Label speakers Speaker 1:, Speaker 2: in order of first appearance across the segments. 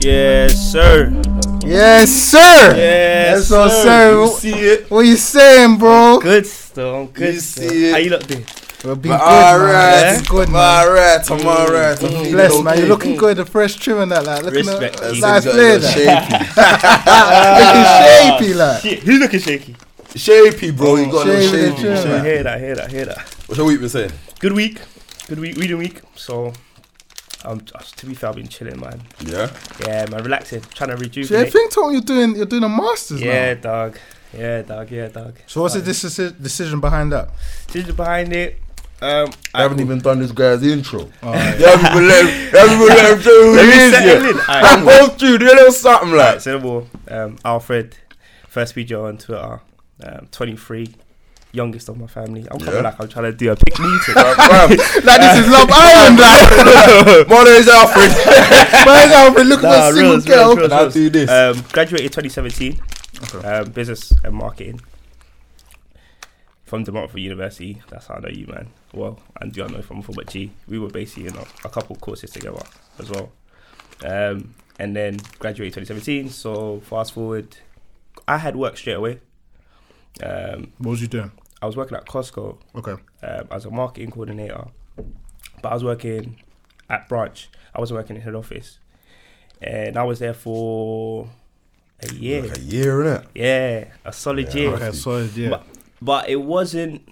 Speaker 1: Yes, sir.
Speaker 2: Yes, sir.
Speaker 1: Yes,
Speaker 2: That's all,
Speaker 1: sir.
Speaker 2: sir.
Speaker 3: You see it.
Speaker 2: What you saying, bro?
Speaker 1: Good stuff. Good
Speaker 3: You
Speaker 1: stuff.
Speaker 3: see it.
Speaker 1: How you look there?
Speaker 2: Well, be good,
Speaker 3: All
Speaker 2: man.
Speaker 3: right,
Speaker 2: Be good,
Speaker 3: I'm
Speaker 2: man.
Speaker 3: all right, I'm all right. I'm feeling
Speaker 2: Mm. Bless, man.
Speaker 3: okay.
Speaker 2: You're looking good. The fresh trim and that, like. Looking
Speaker 1: Respect.
Speaker 2: a, a
Speaker 1: That's
Speaker 2: nice
Speaker 3: You're
Speaker 2: player, like.
Speaker 3: shapy,
Speaker 2: Looking shapy, like.
Speaker 1: Shit, he's looking shaky.
Speaker 3: shapy, bro. You got a little
Speaker 2: Shaving it,
Speaker 3: shapy.
Speaker 2: yeah.
Speaker 1: I
Speaker 3: shapy.
Speaker 1: hear that. I hear that. I hear that.
Speaker 3: What's your week been saying?
Speaker 1: Good week. Good week. Reading week. So, um, to be fair, I've been chilling, man.
Speaker 3: Yeah.
Speaker 1: Yeah, man. Relaxing. Trying to
Speaker 2: Jay,
Speaker 1: rejuvenate.
Speaker 2: think told you're doing you're doing a masters
Speaker 1: Yeah,
Speaker 2: now.
Speaker 1: dog. Yeah, dog. Yeah, dog.
Speaker 2: So what's the deci- decision behind that?
Speaker 1: Ginger behind it. Um,
Speaker 3: I haven't even done this guy's intro.
Speaker 2: Oh, yeah.
Speaker 3: They haven't even let him, they haven't even let him show who
Speaker 1: let
Speaker 3: he
Speaker 1: me
Speaker 3: is
Speaker 1: settle
Speaker 3: yet.
Speaker 1: in. Alright,
Speaker 3: I'm going through, do a little something like.
Speaker 1: Alright, so the war, um, Alfred, first video on Twitter, um, 23, youngest of my family. I'm coming
Speaker 3: Yeah.
Speaker 1: like I'm trying to do a pick meeting.
Speaker 3: Fam,
Speaker 2: Like this is Love Island, like.
Speaker 3: My name's Alfred.
Speaker 2: Why is Alfred looking for
Speaker 1: Nah,
Speaker 2: a single
Speaker 1: reals,
Speaker 2: girl?
Speaker 1: reals, reals,
Speaker 3: And I'll
Speaker 1: reals.
Speaker 3: do this.
Speaker 2: Uh,
Speaker 1: Um, graduated 2017,
Speaker 2: Okay.
Speaker 1: um, business and marketing from Demography University. That's how I know you, man. Well, and do I know from before, but G, we were basically in a, a couple courses together as well. Um, and then graduated 2017. So fast forward, I had work straight away. Um,
Speaker 2: What was you doing?
Speaker 1: I was working at Costco
Speaker 2: Okay.
Speaker 1: um, as a marketing coordinator, but I was working at branch. I wasn't working in head office, and I was there for a year.
Speaker 3: Like a year, innit?
Speaker 1: Yeah, a solid year.
Speaker 2: Okay, so yeah.
Speaker 1: But but it wasn't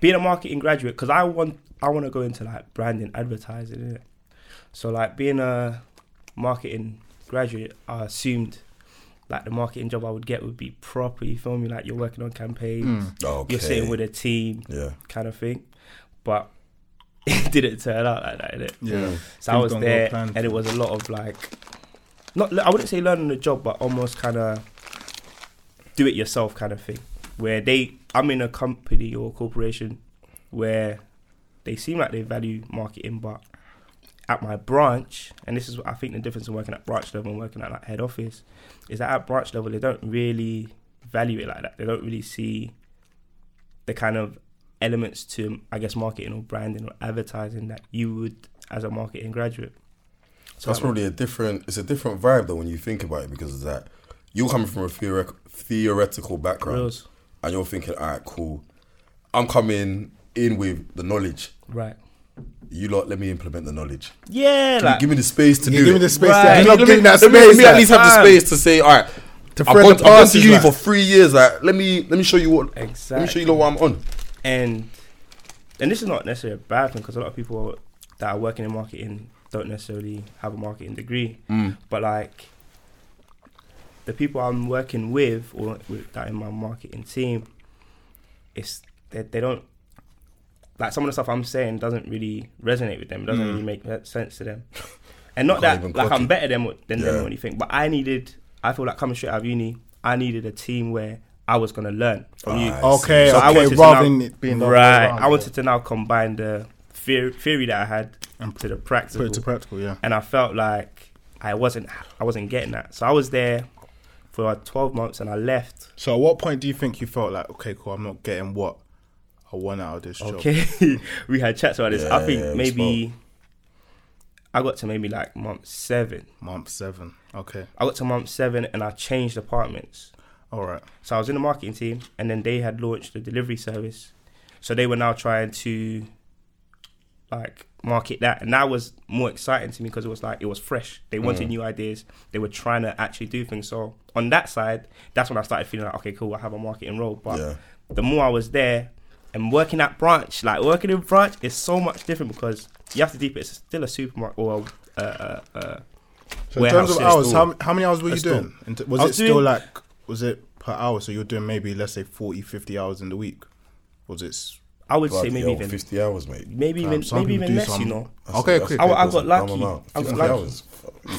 Speaker 1: being a marketing graduate because I want I want to go into like branding, advertising. Innit? So like being a marketing graduate, I assumed like the marketing job I would get would be proper. You feel me? Like you're working on campaigns,
Speaker 2: Mm.
Speaker 3: Okay.
Speaker 1: you're sitting with a team,
Speaker 3: Yeah.
Speaker 1: kind of thing. But it didn't turn out like that, innit?
Speaker 2: Yeah.
Speaker 1: So I
Speaker 2: Things
Speaker 1: was
Speaker 2: don't go
Speaker 1: there,
Speaker 2: planned.
Speaker 1: and it was a lot of like, not I wouldn't say learning the job, but almost kind of do it yourself kind of thing. Where they, I'm in a company or corporation where they seem like they value marketing, but at my branch, and this is what I think the difference in working at branch level and working at like head office, is that at branch level they don't really value it like that. They don't really see the kind of elements to I guess marketing or branding or advertising that you would as a marketing graduate. So
Speaker 3: That's
Speaker 1: that was-
Speaker 3: probably a different. It's a different vibe though when you think about it because of that. You're coming from a theoretic, theoretical background,
Speaker 1: Reals.
Speaker 3: and you're thinking, "All right, cool. I'm coming in with the knowledge.
Speaker 1: right.
Speaker 3: You lot, let me implement the knowledge.
Speaker 1: Yeah,
Speaker 3: Can you
Speaker 1: like
Speaker 3: give me the space to
Speaker 2: Yeah,
Speaker 3: do
Speaker 2: give
Speaker 3: it.
Speaker 2: me the space.
Speaker 1: Right.
Speaker 2: Right. You're
Speaker 3: Let
Speaker 2: not
Speaker 3: me-
Speaker 2: giving that
Speaker 3: let me-
Speaker 2: space.
Speaker 3: Let me at
Speaker 2: like.
Speaker 3: least have the
Speaker 1: Fam.
Speaker 3: space to say, "All right,
Speaker 2: To thread
Speaker 3: I've gone,
Speaker 2: the
Speaker 3: I've gone to
Speaker 2: passes,
Speaker 3: you
Speaker 2: like.
Speaker 3: for three years. Like, let me let me show you what. Let me show
Speaker 1: exactly.
Speaker 3: you lot what I'm on.
Speaker 1: And and this is not necessarily a bad thing because a lot of people that are working in marketing don't necessarily have a marketing degree,
Speaker 3: Mm.
Speaker 1: but like the people I'm working with or with that in my marketing team, it's they, they don't like some of the stuff I'm saying doesn't really resonate with them. It
Speaker 2: Mm.
Speaker 1: doesn't really make that sense to them. And not
Speaker 3: Can't
Speaker 1: that
Speaker 3: even
Speaker 1: like
Speaker 3: clock
Speaker 1: I'm
Speaker 3: it.
Speaker 1: better than than them
Speaker 3: Yeah.
Speaker 1: or anything, but I needed. I feel like coming straight out of uni, I needed a team where I was gonna learn from you.
Speaker 3: Ah, I
Speaker 2: Okay,
Speaker 1: So I
Speaker 2: okay.
Speaker 1: wanted to
Speaker 2: rather
Speaker 1: now-
Speaker 2: than it being the other way
Speaker 1: right.
Speaker 2: around,
Speaker 1: I wanted to now combine the theory, theory that I had to the
Speaker 2: yeah. put
Speaker 1: practical,
Speaker 2: it to practical. Yeah.
Speaker 1: and I felt like I wasn't I wasn't getting that. So I was there for like twelve months, and I left.
Speaker 2: So at what point do you think you felt like, okay, cool, I'm not getting what I want out of this job?
Speaker 1: Okay, we had chats about this. I
Speaker 3: Yeah,
Speaker 1: think
Speaker 3: we
Speaker 1: maybe I got to maybe like month seven.
Speaker 2: Month seven. Okay.
Speaker 1: I got to month seven, and I changed apartments.
Speaker 2: All right.
Speaker 1: So I was in the marketing team, and then they had launched the delivery service. So they were now trying to like market that, and that was more exciting to me because it was like it was fresh. They
Speaker 2: Mm.
Speaker 1: wanted new ideas. They were trying to actually do things. So on that side, that's when I started feeling like, okay, cool, I have a marketing role. But
Speaker 3: Yeah.
Speaker 1: the more I was there and working at branch, like working in branch is so much different because you have to deep. It's still a supermarket or a, uh, uh, uh, warehouse.
Speaker 2: So in terms of
Speaker 1: yeah,
Speaker 2: hours,
Speaker 1: store.
Speaker 2: how, how many hours were you
Speaker 1: Let's talk.
Speaker 2: doing? And t- was
Speaker 1: I
Speaker 2: it
Speaker 1: was
Speaker 2: still
Speaker 1: doing-
Speaker 2: like, was it per hour? So you're doing maybe, let's say, 40, 50 hours in the week? Was it. s-
Speaker 1: I would say
Speaker 3: Bloody
Speaker 1: maybe
Speaker 3: hell,
Speaker 1: even
Speaker 3: fifty hours, mate.
Speaker 1: maybe
Speaker 2: Fam,
Speaker 1: even
Speaker 2: some
Speaker 1: maybe
Speaker 2: people
Speaker 1: even
Speaker 2: do
Speaker 1: less.
Speaker 2: some-
Speaker 1: You know,
Speaker 3: That's-
Speaker 2: Okay,
Speaker 3: that's
Speaker 2: quick.
Speaker 1: I- I
Speaker 3: equals
Speaker 1: got
Speaker 3: a dumb
Speaker 1: lucky.
Speaker 3: amount.
Speaker 1: I got
Speaker 3: 50
Speaker 1: lucky.
Speaker 3: hours.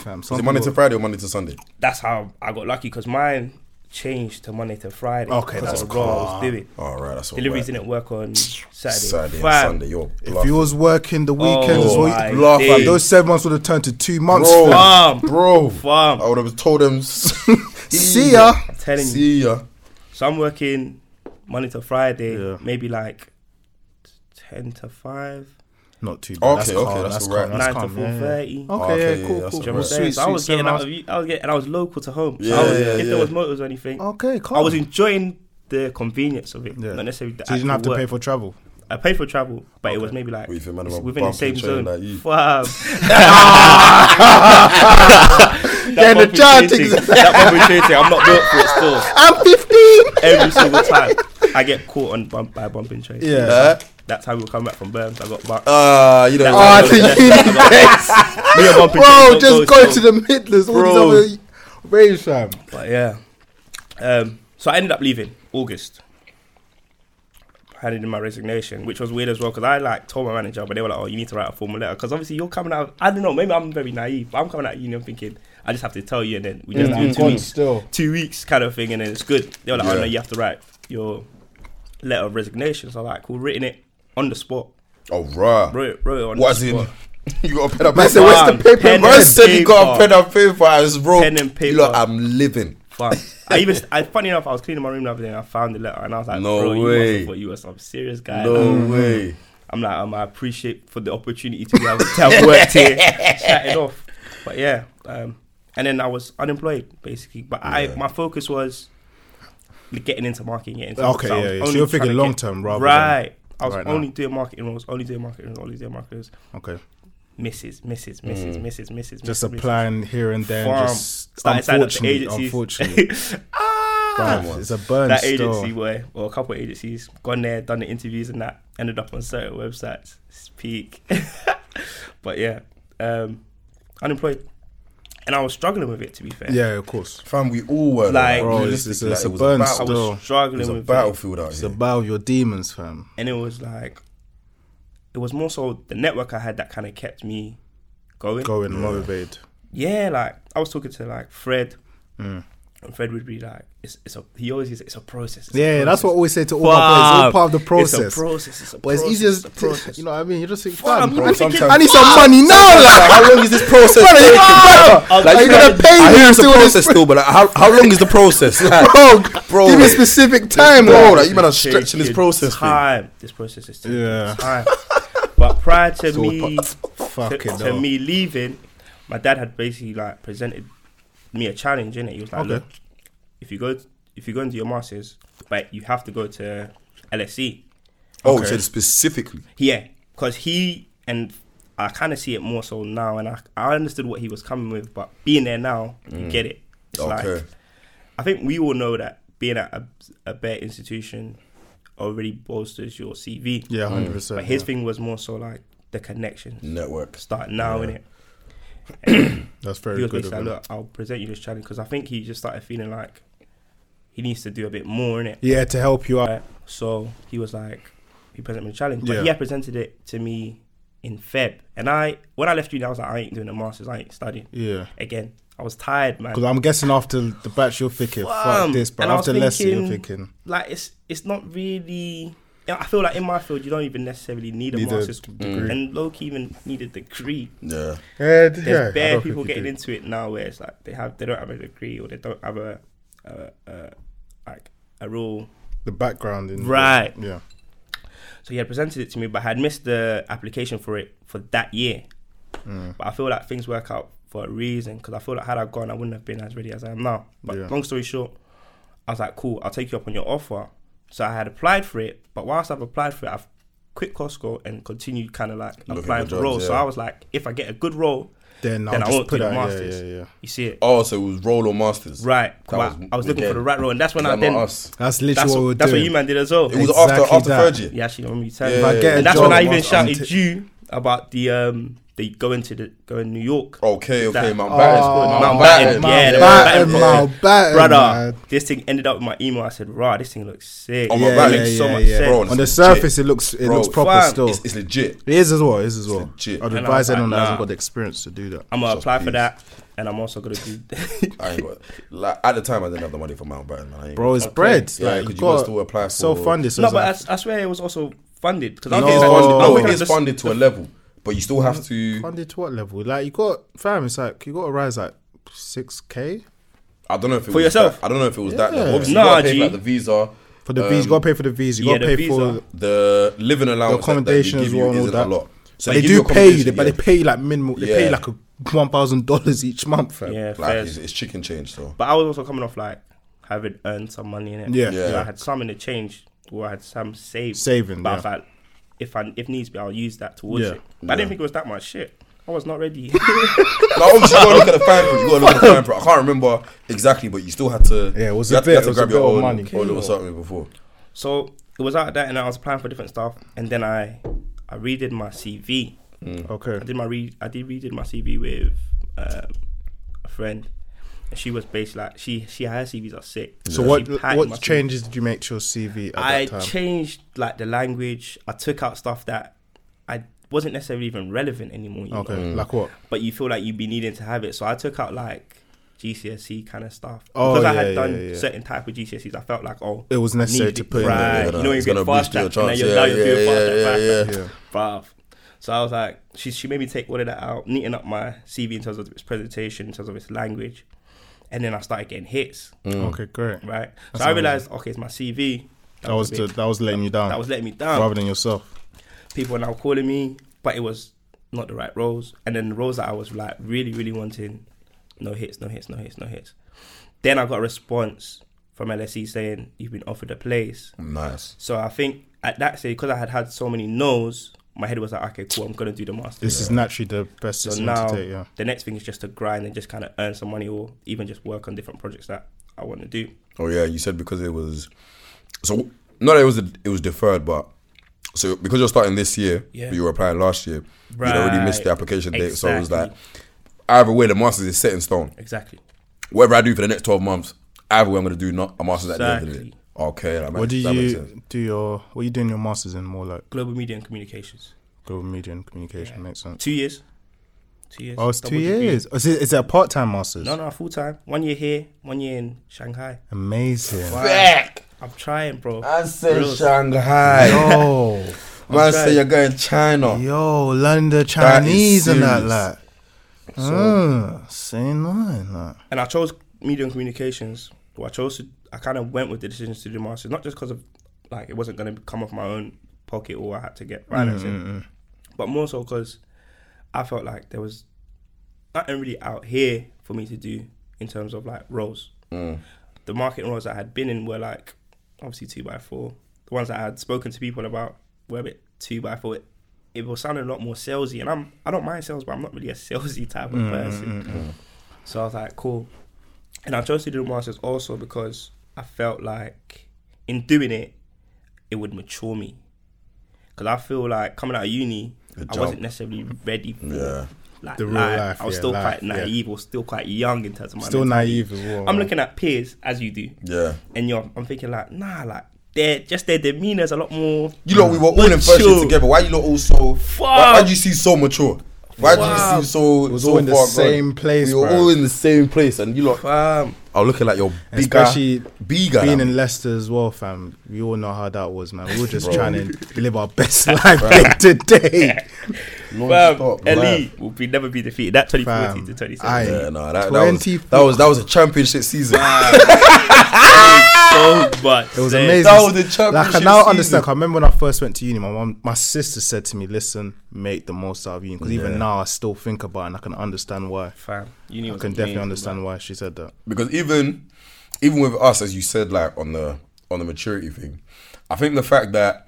Speaker 2: Fam,
Speaker 3: Is
Speaker 2: some
Speaker 3: it Monday to
Speaker 2: people-
Speaker 3: Friday or Monday to Sunday?
Speaker 1: that's how I got lucky because mine changed to Monday to Friday.
Speaker 2: Okay,
Speaker 1: because
Speaker 2: that's
Speaker 1: of the role I was
Speaker 2: calm.
Speaker 1: doing.
Speaker 3: All right, that's all
Speaker 1: Deliveries
Speaker 3: right.
Speaker 1: didn't work on Saturday.
Speaker 3: Saturday and
Speaker 1: Fam,
Speaker 3: Sunday. You're
Speaker 2: If you was working the weekends,
Speaker 1: Oh,
Speaker 2: oh,
Speaker 1: my
Speaker 2: laugh at
Speaker 1: days.
Speaker 2: those seven months would have turned to two months.
Speaker 3: Bro.
Speaker 2: fam.
Speaker 1: Fam,
Speaker 3: bro.
Speaker 1: fam.
Speaker 3: I would have told them. See
Speaker 2: See ya.
Speaker 1: I'm telling you.
Speaker 3: See ya.
Speaker 1: So I'm working Monday to Friday,
Speaker 2: Yeah.
Speaker 1: maybe like ten to five,
Speaker 2: Not too bad.
Speaker 3: Okay,
Speaker 2: that's
Speaker 3: okay,
Speaker 2: calm,
Speaker 3: that's
Speaker 2: that's
Speaker 3: alright.
Speaker 2: calm,
Speaker 1: nine
Speaker 2: that's
Speaker 1: to
Speaker 2: calm,
Speaker 1: four
Speaker 2: yeah.
Speaker 1: thirty.
Speaker 2: Okay,
Speaker 3: Okay,
Speaker 2: yeah,
Speaker 3: yeah,
Speaker 2: cool,
Speaker 3: that's
Speaker 2: cool.
Speaker 1: Do you know
Speaker 3: right.
Speaker 1: what I'm saying?
Speaker 2: Sweet,
Speaker 1: So I
Speaker 2: sweet,
Speaker 1: was
Speaker 2: sweet,
Speaker 1: getting
Speaker 2: man.
Speaker 1: out of e, I was getting and I was local to home. So
Speaker 3: Yeah,
Speaker 1: I was,
Speaker 3: yeah,
Speaker 1: if
Speaker 3: yeah.
Speaker 1: there was motors or anything,
Speaker 2: Okay, calm.
Speaker 1: I was enjoying the convenience of it,
Speaker 2: Oh, Yeah.
Speaker 1: not necessarily the
Speaker 2: so you didn't have to
Speaker 1: actual
Speaker 2: pay
Speaker 1: work.
Speaker 2: for travel.
Speaker 1: I paid for travel, but it was
Speaker 2: Okay.
Speaker 1: maybe like
Speaker 3: What you think, man?
Speaker 1: it's
Speaker 3: about
Speaker 1: within the
Speaker 3: bump
Speaker 1: same
Speaker 3: and
Speaker 1: zone.
Speaker 3: chain Like you.
Speaker 1: Fam.
Speaker 2: Yeah,
Speaker 1: That
Speaker 2: the
Speaker 1: bumper
Speaker 2: charge
Speaker 1: chain thing-
Speaker 2: is-
Speaker 1: That bumper chain thing, I'm not built for it still.
Speaker 2: I'm 15.
Speaker 1: Every single time I get caught on bump by bumping chain.
Speaker 2: Yeah.
Speaker 3: Yeah.
Speaker 1: That's how we were coming back from Burns. I got bumped.
Speaker 3: Ah, Uh, you don't.
Speaker 1: That's how we
Speaker 2: Oh, I
Speaker 3: know.
Speaker 2: think
Speaker 1: got-
Speaker 2: you
Speaker 1: that's
Speaker 2: need
Speaker 1: how we got- Me and bumping chain
Speaker 2: Bro,
Speaker 1: don't
Speaker 2: just go to
Speaker 1: still.
Speaker 2: the Midlands. All
Speaker 3: Bro.
Speaker 2: these other range, fam.
Speaker 1: But yeah. Um, so I ended up leaving August. Handed in my resignation, which was weird as well because I like told my manager, but they were like, "Oh, you need to write a formal letter," because obviously you're coming out. Of, I don't know, maybe I'm very naive, but I'm coming out of union thinking I just have to tell you, and then we just
Speaker 2: Mm,
Speaker 1: do
Speaker 2: I'm
Speaker 1: two
Speaker 2: gone
Speaker 1: weeks,
Speaker 2: still.
Speaker 1: two weeks kind of thing, and then it's good. They were like, "Oh
Speaker 3: Yeah.
Speaker 1: no, you have to write your letter of resignation." So I'm like, "Cool, written it on the spot,
Speaker 3: Oh, rah.
Speaker 1: wrote, wrote it on
Speaker 3: What's
Speaker 1: the
Speaker 3: in?
Speaker 1: spot."
Speaker 3: You got a pen and
Speaker 2: Man said,
Speaker 3: paper.
Speaker 2: where's the
Speaker 1: Fam,
Speaker 2: paper,
Speaker 1: pen
Speaker 2: man?
Speaker 3: Man
Speaker 1: and
Speaker 3: said you got
Speaker 1: paper.
Speaker 3: a pen and paper. I was bro.
Speaker 1: Pen and paper.
Speaker 3: Look, I'm living.
Speaker 1: Fam, I even I, funny enough, I was cleaning my room the other day and I found the letter and I was like,
Speaker 3: No
Speaker 1: bro, you must
Speaker 3: way.
Speaker 1: have thought you were some serious guy. Like, mm-hmm.
Speaker 3: No way.
Speaker 1: I'm like, um, I appreciate for the opportunity to be able to have worked here, shut it off. But yeah, um, and then I was unemployed basically. But I
Speaker 3: Yeah.
Speaker 1: my focus was getting into marketing. Getting into
Speaker 2: Okay,
Speaker 1: I was
Speaker 2: yeah, yeah. So
Speaker 1: only trying
Speaker 2: you're
Speaker 1: to
Speaker 2: thinking
Speaker 1: get-
Speaker 2: long term rather
Speaker 1: right? I was
Speaker 2: right now.
Speaker 1: only doing marketing roles, only doing marketing roles, only doing marketing roles.
Speaker 2: than. Okay.
Speaker 1: Misses, misses, misses, misses, misses.
Speaker 2: Mm. Just
Speaker 1: misses,
Speaker 2: applying here and there. and
Speaker 1: Fam.
Speaker 2: Just
Speaker 1: Started signing up to
Speaker 2: unfortunately,
Speaker 1: agencies. Ah!
Speaker 2: unfortunately.
Speaker 3: Fam,
Speaker 2: Bruv, It's a burn
Speaker 1: that
Speaker 2: still.
Speaker 1: agency where or a couple of agencies gone there, done the interviews and that, ended up on certain websites. It's peak. but yeah, um, unemployed, and I was struggling with it to be fair.
Speaker 2: Yeah, of course.
Speaker 3: Fam, we all were.
Speaker 1: Like-
Speaker 2: Bro, it's- it's-
Speaker 3: realistically,
Speaker 2: it's
Speaker 3: like,
Speaker 2: a
Speaker 3: it was
Speaker 2: burn
Speaker 1: I
Speaker 3: battle-
Speaker 2: still.
Speaker 1: was struggling
Speaker 3: It was a
Speaker 1: with it,
Speaker 3: battlefield out
Speaker 2: It's
Speaker 3: here.
Speaker 2: about your demons, fam.
Speaker 1: and it was like it was more so the network I had that kind of kept me going.
Speaker 2: Going motivated.
Speaker 1: Yeah, like I was talking to like Fred,
Speaker 2: Mm.
Speaker 1: and Fred would be like, "It's, it's a he always says it's a process." it's a
Speaker 2: Yeah, that's
Speaker 1: process."
Speaker 2: what I always say to all my boys. It's all
Speaker 1: Fuck.
Speaker 2: part of the process.
Speaker 1: It's a process. It's a
Speaker 2: But
Speaker 1: process.
Speaker 2: it's easier,
Speaker 1: a process.
Speaker 2: you know what I mean? You just think,
Speaker 1: Fam,
Speaker 2: fam, Ah!"
Speaker 1: you
Speaker 2: bro,
Speaker 1: think
Speaker 2: I
Speaker 1: it-
Speaker 2: need
Speaker 3: sometimes-
Speaker 2: some money now,
Speaker 3: Like,
Speaker 2: like.
Speaker 3: how long is this process?
Speaker 2: Brother, you
Speaker 3: taking?
Speaker 2: got-
Speaker 3: Like,
Speaker 2: Are you
Speaker 3: fam,
Speaker 2: gonna pay
Speaker 3: I
Speaker 2: me
Speaker 3: hear it's a
Speaker 2: still this
Speaker 3: process still, but like, how, how long is the process? Like,
Speaker 2: Bro,
Speaker 3: Bro.
Speaker 2: give me a specific time,
Speaker 3: Bro,
Speaker 2: bro.
Speaker 3: like, you man are
Speaker 1: It's
Speaker 3: stretching this
Speaker 1: taking
Speaker 3: process thing.
Speaker 1: Time. This process is taking
Speaker 2: Yeah.
Speaker 1: time. But prior to me to,
Speaker 2: Fucking
Speaker 1: to me leaving, my dad had basically like presented me a challenge in it. He was like,
Speaker 2: Okay.
Speaker 1: "Look, if you go if you go into your masters, but you have to go to E, LSE."
Speaker 3: Oh,
Speaker 2: Okay.
Speaker 3: so specifically.
Speaker 1: Yeah, because he and I kind of see it more so now, and I I understood what he was coming with, but being there now,
Speaker 2: Mm.
Speaker 1: you get it. It's
Speaker 3: Okay.
Speaker 1: like I think we all know that being at a, a better institution already bolsters your CV.
Speaker 2: Yeah, Mm. 100%.
Speaker 1: Mm. But his thing was more so like the connection.
Speaker 3: Network.
Speaker 1: Start now,
Speaker 3: Yeah.
Speaker 1: innit?
Speaker 2: That's
Speaker 1: He
Speaker 2: very
Speaker 1: was
Speaker 2: good of
Speaker 1: basically like,
Speaker 2: him.
Speaker 1: look, I'll present you this challenge because I think he just started feeling like he needs to do a bit more, innit?
Speaker 2: Yeah, to help you out.
Speaker 1: Right? So he was like, he presented me the challenge. But
Speaker 2: Yeah.
Speaker 1: he had presented it to me in Feb. And I, when I left uni, I was like, I ain't doing a master's, I ain't studying.
Speaker 2: Yeah.
Speaker 1: Again, I was tired, man.
Speaker 2: Because I'm guessing after the batch, you're thinking, fuck
Speaker 1: Fam.
Speaker 2: this, but
Speaker 1: And I was
Speaker 2: after lesson, you're
Speaker 1: thinking-
Speaker 2: thinking,
Speaker 1: like it's it's not really. I feel like in my field you don't even necessarily need a
Speaker 2: Need a
Speaker 1: master's
Speaker 2: degree.
Speaker 1: and low key even need a degree.
Speaker 3: Yeah.
Speaker 2: yeah,
Speaker 1: There's
Speaker 2: yeah, I
Speaker 1: bare
Speaker 2: don't
Speaker 1: people
Speaker 2: think
Speaker 1: getting
Speaker 2: you do.
Speaker 1: into it now where it's like they have they don't have a degree or they don't have a, a, a like a real.
Speaker 2: the background in
Speaker 1: Right.
Speaker 2: Yeah.
Speaker 1: So he had presented it to me, but I had missed the application for it for that year. But I feel like things work out for a reason because I feel like had I gone, I wouldn't have been as ready as I am now. But
Speaker 2: Yeah.
Speaker 1: long story short, I was like, cool, I'll take you up on your offer. So I had applied for it, but whilst I've applied for it, I've quit Costco and continued kind of like
Speaker 3: Looking
Speaker 1: applying
Speaker 3: for
Speaker 1: for
Speaker 3: jobs,
Speaker 1: roles. So
Speaker 3: yeah.
Speaker 1: I was like, if I get a good role,
Speaker 2: Then,
Speaker 1: then
Speaker 2: I'll
Speaker 1: I
Speaker 2: just
Speaker 1: won't
Speaker 2: put
Speaker 1: do the
Speaker 2: that. Yeah,
Speaker 1: masters.
Speaker 2: yeah, yeah.
Speaker 1: you see it
Speaker 3: Oh, so it was roll or masters.
Speaker 1: right?
Speaker 3: That
Speaker 1: I was,
Speaker 3: was
Speaker 1: I was looking for
Speaker 3: again.
Speaker 1: the right role, and that's when I
Speaker 3: That
Speaker 1: then
Speaker 3: not us.
Speaker 2: That's literally
Speaker 1: that's
Speaker 2: what we're
Speaker 1: that's
Speaker 2: doing.
Speaker 1: what you man did as well.
Speaker 3: It was
Speaker 2: Exactly
Speaker 3: after after
Speaker 2: that.
Speaker 3: third year.
Speaker 1: Yeah, actually, I remember you telling
Speaker 3: Yeah,
Speaker 1: me.
Speaker 2: If I
Speaker 3: yeah,
Speaker 2: get a
Speaker 3: yeah.
Speaker 1: and that's
Speaker 2: job,
Speaker 1: when I
Speaker 2: I'm
Speaker 1: even
Speaker 2: not- I'm
Speaker 1: shouted
Speaker 2: t-
Speaker 1: you about the um the going to the going New York.
Speaker 3: Okay, okay,
Speaker 1: That-
Speaker 3: Mount Batten.
Speaker 2: Oh,
Speaker 1: Mount Batten, yeah, the
Speaker 2: Mountbatten,
Speaker 1: Mountbatten project.
Speaker 2: Mountbatten,
Speaker 1: Brother,
Speaker 2: man.
Speaker 1: this thing ended up in my email. I said, "Rah, this thing looks sick.
Speaker 3: Oh, my
Speaker 1: It
Speaker 3: God,
Speaker 1: makes so much sense."
Speaker 3: Bro,
Speaker 2: On the
Speaker 3: it's
Speaker 2: surface, it looks it
Speaker 3: Bro,
Speaker 2: looks proper
Speaker 1: fam,
Speaker 2: still.
Speaker 3: It's, it's legit.
Speaker 2: It is as well. It is as well.
Speaker 3: legit.
Speaker 2: I'd
Speaker 3: And I
Speaker 2: advise
Speaker 1: was like,
Speaker 2: anyone that hasn't
Speaker 1: nah.
Speaker 2: got the experience to do that.
Speaker 1: I'm gonna
Speaker 3: Just
Speaker 1: apply for
Speaker 3: please.
Speaker 1: that, and I'm also gonna do.
Speaker 3: I ain't got like at the time I didn't have the money for Mount Batten, man. I ain't
Speaker 2: Bro, it's
Speaker 1: Okay.
Speaker 2: bread.
Speaker 3: Yeah,
Speaker 2: like,
Speaker 3: 'cause
Speaker 2: you
Speaker 3: you must
Speaker 2: got
Speaker 3: still apply
Speaker 2: so
Speaker 3: for-
Speaker 2: funded. So
Speaker 1: no,
Speaker 2: it's
Speaker 1: but I,
Speaker 2: like,
Speaker 1: s- I swear it was also funded because
Speaker 3: It
Speaker 1: I'm
Speaker 3: is
Speaker 2: No.
Speaker 1: thinking
Speaker 3: funded,
Speaker 1: about- I'm
Speaker 3: no,
Speaker 1: thinking
Speaker 3: it
Speaker 1: of
Speaker 3: is
Speaker 1: this-
Speaker 3: funded to a level, but you still have to.
Speaker 2: funded to what level? Like you got fam. It's like you got to rise like six k.
Speaker 3: I don't know if it
Speaker 1: For
Speaker 3: was
Speaker 1: yourself?
Speaker 3: That, I don't know if it was that. Level.
Speaker 2: Yeah.
Speaker 3: Obviously,
Speaker 1: Nah,
Speaker 3: you gotta pay
Speaker 1: G.
Speaker 3: for like, the visa.
Speaker 2: For the V's, you got to pay for the V's. You
Speaker 1: yeah,
Speaker 2: got to
Speaker 1: the
Speaker 2: pay
Speaker 1: V's
Speaker 2: for
Speaker 1: are-
Speaker 3: the living allowance
Speaker 2: accommodation
Speaker 3: that
Speaker 2: as
Speaker 3: they give
Speaker 2: well and
Speaker 3: you
Speaker 2: all
Speaker 3: isn't
Speaker 2: that.
Speaker 3: a lot. So
Speaker 2: they
Speaker 3: give
Speaker 2: do
Speaker 3: you
Speaker 2: pay you,
Speaker 3: accommodation,
Speaker 2: but
Speaker 3: yeah.
Speaker 2: they pay like minimal. They pay
Speaker 3: Yeah.
Speaker 2: like a one thousand dollars each month. fam.
Speaker 1: Yeah,
Speaker 3: Like
Speaker 1: fair.
Speaker 3: it's, it's chicken change, so
Speaker 1: But I was also coming off like having earned some money in it.
Speaker 2: Yeah.
Speaker 3: Yeah.
Speaker 1: So I had some in the change, or I had some saved.
Speaker 2: Saving,
Speaker 1: But I
Speaker 2: yeah.
Speaker 1: was like, if I if needs be, I'll use that towards
Speaker 2: Yeah.
Speaker 1: it. But I didn't think it was that much shit. I was not ready.
Speaker 3: Now, obviously, you gotta look at the fine print. You gotta look at the fine print. I can't remember exactly, but you still had to.
Speaker 2: Yeah, it was
Speaker 3: you
Speaker 2: a
Speaker 3: had to-
Speaker 2: bit-
Speaker 3: you had
Speaker 2: it was
Speaker 3: to
Speaker 2: a
Speaker 3: grab
Speaker 2: bit
Speaker 3: your
Speaker 2: of
Speaker 3: own
Speaker 2: money.
Speaker 3: own little something before.
Speaker 1: so it was out of that, and I was applying for different stuff, and then I I redid my CV.
Speaker 2: Mm. Okay.
Speaker 1: I did my re I did redid my CV with um, a friend. And she was basically like she she her CVs are sick.
Speaker 2: So
Speaker 1: She
Speaker 2: what
Speaker 1: patted my
Speaker 2: what
Speaker 1: CV.
Speaker 2: changes did you make to your CV at
Speaker 1: I
Speaker 2: that time?
Speaker 1: changed like the language. I took out stuff that I wasn't necessarily even relevant anymore. you know?
Speaker 2: okay, like what?
Speaker 1: but you feel like you'd be needing to have it. So I took out like GCSE E kind of stuff
Speaker 2: Oh,
Speaker 1: because I
Speaker 2: yeah,
Speaker 1: had
Speaker 2: yeah,
Speaker 1: done
Speaker 2: yeah.
Speaker 1: certain type of GCSEs. I felt like oh,
Speaker 2: It was necessary
Speaker 1: needed-
Speaker 2: to put in there,
Speaker 1: right.
Speaker 3: yeah,
Speaker 1: you
Speaker 3: that-
Speaker 1: know, you
Speaker 3: it's
Speaker 1: get
Speaker 3: gonna
Speaker 1: fast
Speaker 3: boost
Speaker 1: track, and
Speaker 3: your
Speaker 1: then
Speaker 3: chance.
Speaker 1: you're
Speaker 3: Yeah,
Speaker 1: now you're
Speaker 3: yeah,
Speaker 1: doing fast
Speaker 3: yeah,
Speaker 1: track, fast
Speaker 3: yeah,
Speaker 1: track.
Speaker 2: Yeah.
Speaker 1: Bruv. So I was like, she she made me take all of that out, neaten up my CV in terms of its presentation, in terms of its language, and then I started getting hits.
Speaker 2: Okay,
Speaker 1: Right.
Speaker 2: great. Mm. That's
Speaker 1: so I
Speaker 2: amazing.
Speaker 1: realized, okay, it's my CV.
Speaker 2: That was
Speaker 1: a
Speaker 2: the,
Speaker 1: bit-
Speaker 2: that was letting you down.
Speaker 1: that was letting me down.
Speaker 2: rather than yourself.
Speaker 1: People were now calling me, but it was not the right roles. And then the roles that I was like really, really wanting, no hits, no hits, no hits, no hits. Then I got a response from LSE saying you've been offered a place.
Speaker 3: Nice.
Speaker 1: So I think at that stage, because I had had so many no's, my head was like, okay, cool, I'm gonna do the master.
Speaker 2: This is naturally the best
Speaker 1: So
Speaker 2: system
Speaker 1: now
Speaker 2: to take. Yeah.
Speaker 1: the next thing is just to grind and just kind of earn some money, or even just work on different projects that I want to do.
Speaker 3: Oh yeah, you said because it was so not that it was it was deferred, but so because you're starting this year,
Speaker 1: Yeah.
Speaker 3: but you were applying last year, you'd already missed the
Speaker 1: Right.
Speaker 3: application date. So it was like
Speaker 1: Exactly.
Speaker 3: either way, the masters is set in stone.
Speaker 1: Exactly.
Speaker 3: Whatever I do for the next twelve months, either way, I'm gonna do not a masters at the end of it.
Speaker 1: Exactly.
Speaker 3: Okay, that,
Speaker 2: What
Speaker 3: makes,
Speaker 2: do
Speaker 3: that makes sense.
Speaker 2: you do your what you doing your masters in more like
Speaker 1: Global media and communications.
Speaker 2: global media and communication makes sense.
Speaker 1: Two years. Two years.
Speaker 2: Oh, it's two
Speaker 1: Double degree.
Speaker 2: years. Oh, is, it, is it a part time masters?
Speaker 1: No, no, full time. One year here, one year in Shanghai.
Speaker 2: Amazing.
Speaker 3: Back.
Speaker 1: I'm trying, bro.
Speaker 3: said
Speaker 1: Real.
Speaker 3: Shanghai.
Speaker 2: Yo,
Speaker 3: Man
Speaker 1: said
Speaker 3: you're going China.
Speaker 2: yo, learn the Chinese and that
Speaker 3: serious.
Speaker 2: like. Mm, say nine. Like.
Speaker 1: and I chose media and communications. Well, I chose to. I kind of went with the decision to do masters, not just because of like it wasn't going to come off my own pocket or I had to get
Speaker 2: Mm,
Speaker 1: financing, but more so because I felt like there was nothing really out here for me to do in terms of like roles.
Speaker 3: Mm.
Speaker 1: The marketing roles I had been in were like obviously two by four. The ones that I had spoken to people about were a bit two by four. It, it was sounding a lot more salesy, and I'm I don't mind sales, but I'm not really a salesy type
Speaker 3: Mm,
Speaker 1: of person. So I was like, cool. And I chose to do the masters also because I felt like in doing it, it would mature me. Because I feel like coming out of uni,
Speaker 3: Good
Speaker 1: I
Speaker 3: job.
Speaker 1: wasn't necessarily ready for
Speaker 3: Yeah.
Speaker 1: like,
Speaker 2: The real
Speaker 1: life.
Speaker 2: life,
Speaker 1: I was
Speaker 2: yeah,
Speaker 1: still
Speaker 2: life,
Speaker 1: quite naive or still quite young in terms of my
Speaker 2: Still uh,
Speaker 1: mentality.
Speaker 2: naive as well.
Speaker 1: I'm looking at peers as you do,
Speaker 3: Yeah.
Speaker 1: and you're I'm thinking like, nah, like they're just their demeanor's a lot more.
Speaker 3: You lot, we were all in first year
Speaker 1: Mature.
Speaker 3: together. Why you lot all so? Why, why do you seem so mature? Why do
Speaker 1: Wow.
Speaker 3: you seem so?
Speaker 2: was
Speaker 3: so
Speaker 2: all in the
Speaker 3: far gone?
Speaker 2: same place,
Speaker 3: We were
Speaker 2: bro.
Speaker 3: all in the same place, and you lot
Speaker 1: Um,
Speaker 3: are looking like you're bigger,
Speaker 2: Especially
Speaker 3: bigger.
Speaker 2: being
Speaker 3: than-
Speaker 2: in Leicester as well, fam. We all know how that was, man. We were just
Speaker 3: Bro.
Speaker 2: trying to live our best life day to day.
Speaker 1: fam,
Speaker 3: Non-stop,
Speaker 1: LE
Speaker 3: life.
Speaker 1: will be never be defeated. That 2040
Speaker 2: Fam,
Speaker 1: to 2070.
Speaker 2: I-
Speaker 3: Yeah, no, that, that was
Speaker 2: 24.
Speaker 3: that was that was a championship season.
Speaker 1: so much.
Speaker 2: It was
Speaker 1: Then
Speaker 2: amazing.
Speaker 3: That was the championship
Speaker 2: Like I now
Speaker 3: season.
Speaker 2: understand. 'cause I remember when I first went to uni, my mom, my sister said to me, "Listen, make the most out of uni." Because even
Speaker 3: Yeah.
Speaker 2: now, I still think about it and I can understand why.
Speaker 1: Fam, you need
Speaker 2: I can definitely understand why she said that.
Speaker 3: because even even with us, as you said, like on the on the maturity thing, I think the fact that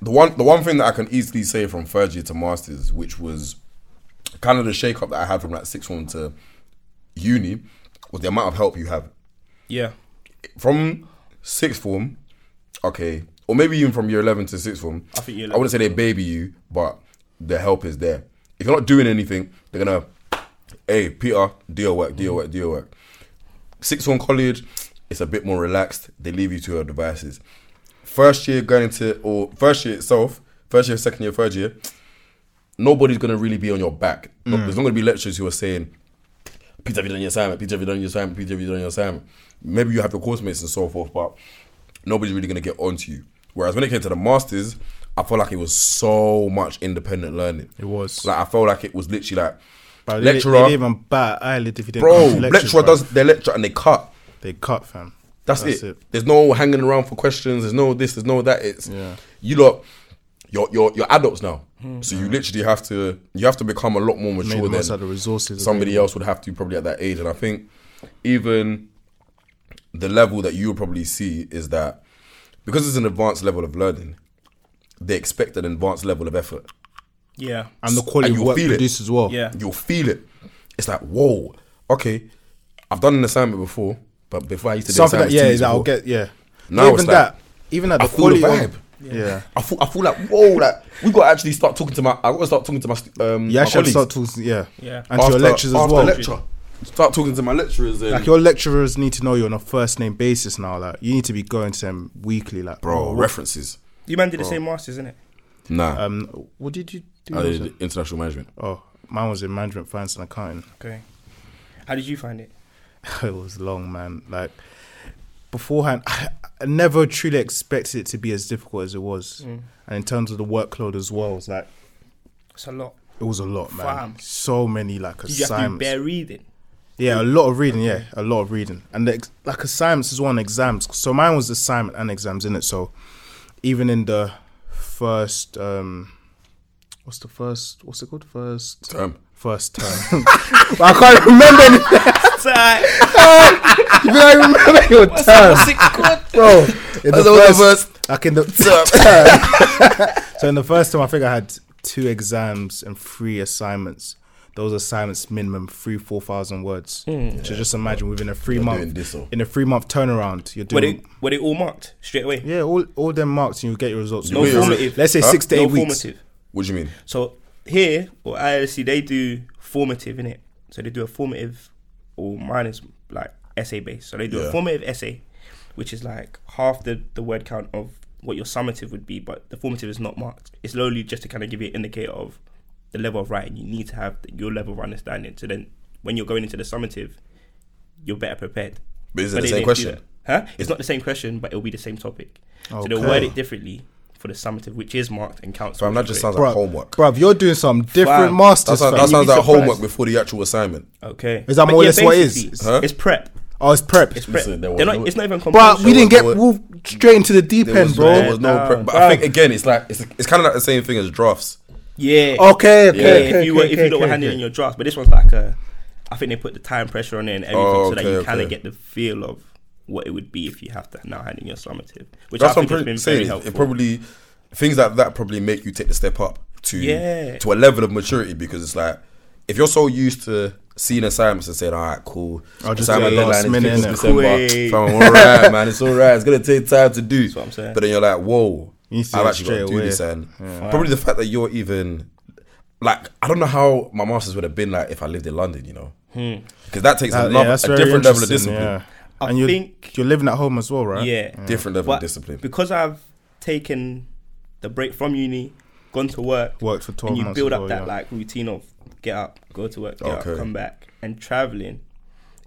Speaker 3: the one the one thing that I can easily say from third year to masters, which was kind of the shake up that I had from like sixth form to uni, was the amount of help you have
Speaker 1: Yeah.
Speaker 3: from sixth form. Okay, or maybe even from year eleven to sixth form.
Speaker 1: I think year
Speaker 3: I wouldn't say they baby you, but the help is there. If you're not doing anything, they're gonna, hey Peter, do your work, do
Speaker 1: Mm.
Speaker 3: your work, do your work. Sixth form college, it's a bit more relaxed. They leave you to your devices. First year going into or first year itself, first year, second year, third year, nobody's gonna really be on your back.
Speaker 2: Mm.
Speaker 3: No- There's not gonna be lecturers who are saying, Peter, have you done your assignment? Peter, have you done your assignment? Peter, have you done your assignment? Maybe you have your course mates and so forth, but nobody's really going to get onto you. Whereas when it came to the masters, I felt like it was so much independent learning.
Speaker 2: It was.
Speaker 3: Like I felt like it was literally like
Speaker 2: But they,
Speaker 3: lecturer,
Speaker 2: they didn't even bat an eyelid if you didn't.
Speaker 3: bro,
Speaker 2: come to lectures,
Speaker 3: lecturer
Speaker 2: bro.
Speaker 3: does their lecture and they cut.
Speaker 2: They cut, fam.
Speaker 3: That's,
Speaker 2: That's
Speaker 3: it.
Speaker 2: it.
Speaker 3: There's no hanging around for questions. There's no this. There's no that. It's
Speaker 2: Yeah.
Speaker 3: you lot. You're, you're you're adults now, so you literally have to you have to become a lot more
Speaker 2: Make
Speaker 3: mature
Speaker 2: the most out
Speaker 3: than
Speaker 2: of the resources.
Speaker 3: somebody
Speaker 2: available.
Speaker 3: else would have to probably at that age. And I think even the level that you'll probably see is that because it's an advanced level of learning, they expect an advanced level of effort.
Speaker 1: Yeah.
Speaker 2: and the quality
Speaker 3: and
Speaker 2: of
Speaker 3: you'll
Speaker 2: work
Speaker 3: feel it.
Speaker 2: produced as well.
Speaker 1: Yeah.
Speaker 3: You'll feel it. It's like, whoa, okay, I've done an assignment before, but before I used to do
Speaker 2: something that
Speaker 3: assignments
Speaker 2: yeah,
Speaker 3: two years
Speaker 2: that I'll
Speaker 3: ago,
Speaker 2: get yeah.
Speaker 3: Now
Speaker 2: even
Speaker 3: it's like,
Speaker 2: that, even at the
Speaker 3: I feel the
Speaker 2: quality of-
Speaker 3: vibe.
Speaker 2: yeah.
Speaker 3: I feel, I feel like whoa, like we got to actually start talking to my. I got to start talking to my. st- Um,
Speaker 2: You
Speaker 3: my
Speaker 2: actually have to
Speaker 3: colleagues.
Speaker 2: start to yeah,
Speaker 1: Yeah.
Speaker 2: and to your lectures as
Speaker 3: after
Speaker 2: well.
Speaker 3: Lecture, start talking to my lecturers. And
Speaker 2: Like your lecturers need to know you on a first name basis now. Like you need to be going to them weekly. Like
Speaker 3: bro,
Speaker 2: oh, what-
Speaker 3: references.
Speaker 1: You man did the same masters, innit?
Speaker 3: Nah,
Speaker 2: um, what did you do?
Speaker 3: I did international management.
Speaker 2: Oh, mine was in management, finance, and accounting.
Speaker 1: Okay. How did you find it?
Speaker 2: it was long, man. Like beforehand, I, I never truly expected it to be as difficult as it was,
Speaker 1: Mm.
Speaker 2: and in terms of the workload as well, it's like
Speaker 1: It's a lot.
Speaker 2: it was a lot, man.
Speaker 1: Fam.
Speaker 2: So many like
Speaker 1: Did you have to do
Speaker 2: assignments.
Speaker 1: bare reading?
Speaker 2: Yeah, a lot of reading. Yeah, a lot of reading, and the ex- like assignments is one exams. So mine was assignment and exams in it. So even in the first, um what's the first? What's it called? First
Speaker 3: Term.
Speaker 2: First term. I can't remember. Anything. You can't remember your term, bro. In
Speaker 3: That was the first
Speaker 2: like in the so in the first time, I think I had two exams and three assignments. Those assignments minimum three four thousand words. So just imagine within a 3
Speaker 3: Hmm. doing
Speaker 2: month
Speaker 3: this, oh.
Speaker 2: in a three month turnaround, you're
Speaker 1: Were
Speaker 2: doing
Speaker 1: they, were they all marked straight away?
Speaker 2: yeah all all them marks and you get your results.
Speaker 1: No
Speaker 3: Wait,
Speaker 2: within-
Speaker 1: formative.
Speaker 2: Let's say
Speaker 3: Huh?
Speaker 2: six to
Speaker 1: no
Speaker 2: eight weeks.
Speaker 1: formative.
Speaker 3: What do you mean?
Speaker 1: So here, or ILC, they do formative in it. So they do a formative, or mine is like essay based. So they do
Speaker 3: Yeah.
Speaker 1: a formative essay, which is like half the the word count of what your summative would be, but the formative is not marked. It's literally just to kind of give you an indicator of the level of writing you need to have, your level of understanding. So then, when you're going into the summative, you're better prepared.
Speaker 3: But is it
Speaker 1: But they
Speaker 3: the same
Speaker 1: didn't do
Speaker 3: question?
Speaker 1: that. Huh? It's not the same question, but it'll be the same topic. So they'll
Speaker 2: Okay.
Speaker 1: word it differently for the summative, which is marked and counts.
Speaker 3: Fam,
Speaker 1: towards
Speaker 3: that just
Speaker 1: your grade.
Speaker 3: sounds
Speaker 2: Bruv,
Speaker 3: like homework.
Speaker 2: bruv, you're doing some different
Speaker 1: Fam.
Speaker 3: That
Speaker 2: masters.
Speaker 3: sounds,
Speaker 2: fam.
Speaker 3: that sounds like
Speaker 1: surprised.
Speaker 3: homework before the actual assignment.
Speaker 1: Okay.
Speaker 2: Is that
Speaker 1: But
Speaker 2: more or less what it is?
Speaker 1: basically,
Speaker 3: Huh?
Speaker 1: It's prep.
Speaker 2: oh, it's prep.
Speaker 1: It's prep.
Speaker 3: Listen, there
Speaker 1: They're
Speaker 3: was
Speaker 1: not,
Speaker 3: no-
Speaker 1: it's not even
Speaker 2: Bruh,
Speaker 1: compulsory.
Speaker 2: we didn't
Speaker 3: there
Speaker 2: get
Speaker 3: was-
Speaker 2: moved straight into the deep
Speaker 3: There was,
Speaker 2: end, bro.
Speaker 3: there was no
Speaker 1: Nah.
Speaker 3: prep. But I
Speaker 1: Fam.
Speaker 3: think again, it's like it's, it's kind of like the same thing as drafts.
Speaker 1: Yeah.
Speaker 2: Okay, okay,
Speaker 1: Yeah.
Speaker 2: okay,
Speaker 1: if you were, if you don't were handling your drafts, but this one's like a. I think they put the time pressure on it and everything,
Speaker 3: Oh,
Speaker 1: so that
Speaker 3: okay,
Speaker 1: you kind
Speaker 3: okay.
Speaker 1: of get the feel of what it would be if you have to now hand in your summative, which
Speaker 3: That's
Speaker 1: I think
Speaker 3: what I'm
Speaker 1: has
Speaker 3: pretty-
Speaker 1: been
Speaker 3: saying.
Speaker 1: very
Speaker 3: It-
Speaker 1: helpful.
Speaker 3: It probably things like that probably make you take the step up to
Speaker 1: Yeah.
Speaker 3: to a level of maturity because it's like if you're so used to seeing assignments and saying, "All right, cool,"
Speaker 2: I'll just
Speaker 3: assignment
Speaker 2: do it last
Speaker 3: deadline is
Speaker 2: minute,
Speaker 3: 5th of
Speaker 2: innit?
Speaker 3: December.
Speaker 1: Quick.
Speaker 3: Fam, all right, man, it's all right. It's gonna take time to do.
Speaker 1: what I'm saying.
Speaker 3: But then you're like, "Whoa,
Speaker 2: You need to
Speaker 3: I've
Speaker 2: do it
Speaker 3: actually got to
Speaker 2: straight
Speaker 3: do
Speaker 2: away.
Speaker 3: this." And probably the fact that you're even like, I don't know how my masters would have been like if I lived in London, you know,
Speaker 1: Hmm.
Speaker 3: because that takes
Speaker 2: Uh, yeah,
Speaker 3: another,
Speaker 2: that's
Speaker 3: a
Speaker 2: very
Speaker 3: different level of
Speaker 2: interesting, yeah.
Speaker 3: discipline.
Speaker 1: I
Speaker 2: and you
Speaker 1: think-
Speaker 2: you're living at home as well, right?
Speaker 1: yeah.
Speaker 3: Different level of
Speaker 1: But
Speaker 3: discipline.
Speaker 1: because I've taken the break from uni, gone to work,
Speaker 2: Worked for twelve
Speaker 1: and you
Speaker 2: months.
Speaker 1: build
Speaker 2: as
Speaker 1: up
Speaker 2: well,
Speaker 1: that
Speaker 2: yeah.
Speaker 1: like routine of get up, go to work, get
Speaker 3: Okay.
Speaker 1: up, come back, and traveling.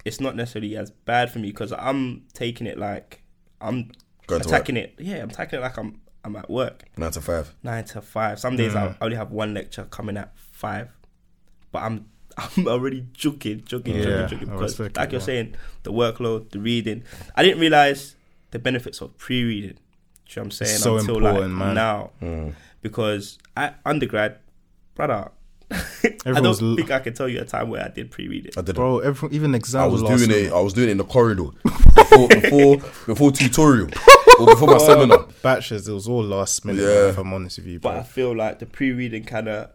Speaker 1: It's not necessarily as bad for me because I'm taking it like I'm
Speaker 3: Going to work.
Speaker 1: attacking it. Yeah, I'm attacking it like I'm I'm at work
Speaker 3: Nine to five.
Speaker 1: nine to five. Some days
Speaker 2: Mm.
Speaker 1: I only have one lecture coming at five, but I'm I'm already joking, joking,
Speaker 2: Yeah,
Speaker 1: joking, joking
Speaker 2: I
Speaker 1: because
Speaker 2: respect
Speaker 1: like
Speaker 2: it,
Speaker 1: you're
Speaker 2: yeah.
Speaker 1: saying, the workload, the reading. I didn't realize the benefits of pre-reading. Do you know what I'm saying?
Speaker 2: So
Speaker 1: Until like
Speaker 2: important, man.
Speaker 1: now, because I undergrad, brother. I
Speaker 2: Everyone's
Speaker 1: don't
Speaker 2: l-
Speaker 1: think I can tell you a time where I did pre-reading.
Speaker 3: I did.
Speaker 2: bro. Every, even exams.
Speaker 3: I was
Speaker 2: were last
Speaker 3: doing
Speaker 2: minute.
Speaker 3: it. I was doing it in the corridor before before, before tutorial or before my seminar.
Speaker 2: Batches. It was all last minute.
Speaker 3: Yeah.
Speaker 2: If I'm honest with you,
Speaker 1: but I
Speaker 2: bro.
Speaker 1: feel like the pre-reading kind of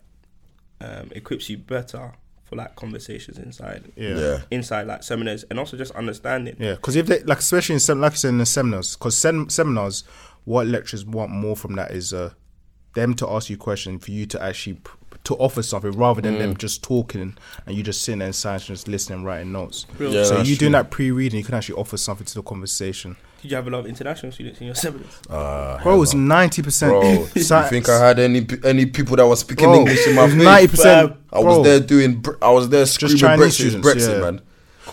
Speaker 1: um, equips you better for like conversations inside.
Speaker 2: Yeah.
Speaker 3: Yeah,
Speaker 2: Yeah.
Speaker 1: inside like seminars and also just understanding.
Speaker 2: Because if they like, especially in sem- like you said in the seminars, because sem- seminars, what lecturers want more from that is uh, them to ask you questions for you to actually p- to offer something rather than them just talking and you just sitting there in silence and just listening, and writing notes.
Speaker 3: Yeah,
Speaker 2: so
Speaker 3: that's
Speaker 2: you
Speaker 3: true.
Speaker 2: doing that pre-reading, you can actually offer something to the conversation.
Speaker 1: Did you have a lot of international students in your seminars?
Speaker 3: uh,
Speaker 2: Bro, it was ninety percent.
Speaker 3: bro. you think I had any pe- any people that were speaking English in my
Speaker 2: ninety
Speaker 3: face?
Speaker 2: percent.
Speaker 3: I was there doing. Br- I was there screaming
Speaker 2: Chinese
Speaker 3: Brexit,
Speaker 2: students,
Speaker 3: Brexit,
Speaker 2: yeah.
Speaker 3: man.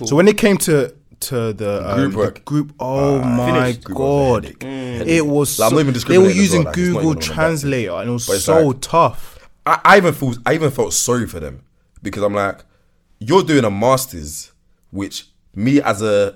Speaker 2: So when it came to to the, um,
Speaker 3: uh, Group
Speaker 2: the
Speaker 3: work.
Speaker 2: group, oh my
Speaker 3: finished. Group
Speaker 2: god, Mm.
Speaker 3: work.
Speaker 2: it was.
Speaker 3: Like, I'm
Speaker 2: so-
Speaker 3: not even
Speaker 2: they were
Speaker 3: discriminating as
Speaker 2: using
Speaker 3: well, like, it's not even
Speaker 2: Google
Speaker 3: on the back.
Speaker 2: Translator, and it was
Speaker 3: it's
Speaker 2: so
Speaker 3: like-
Speaker 2: tough.
Speaker 3: I, I even felt I even felt sorry for them because I'm like, you're doing a masters, which me as a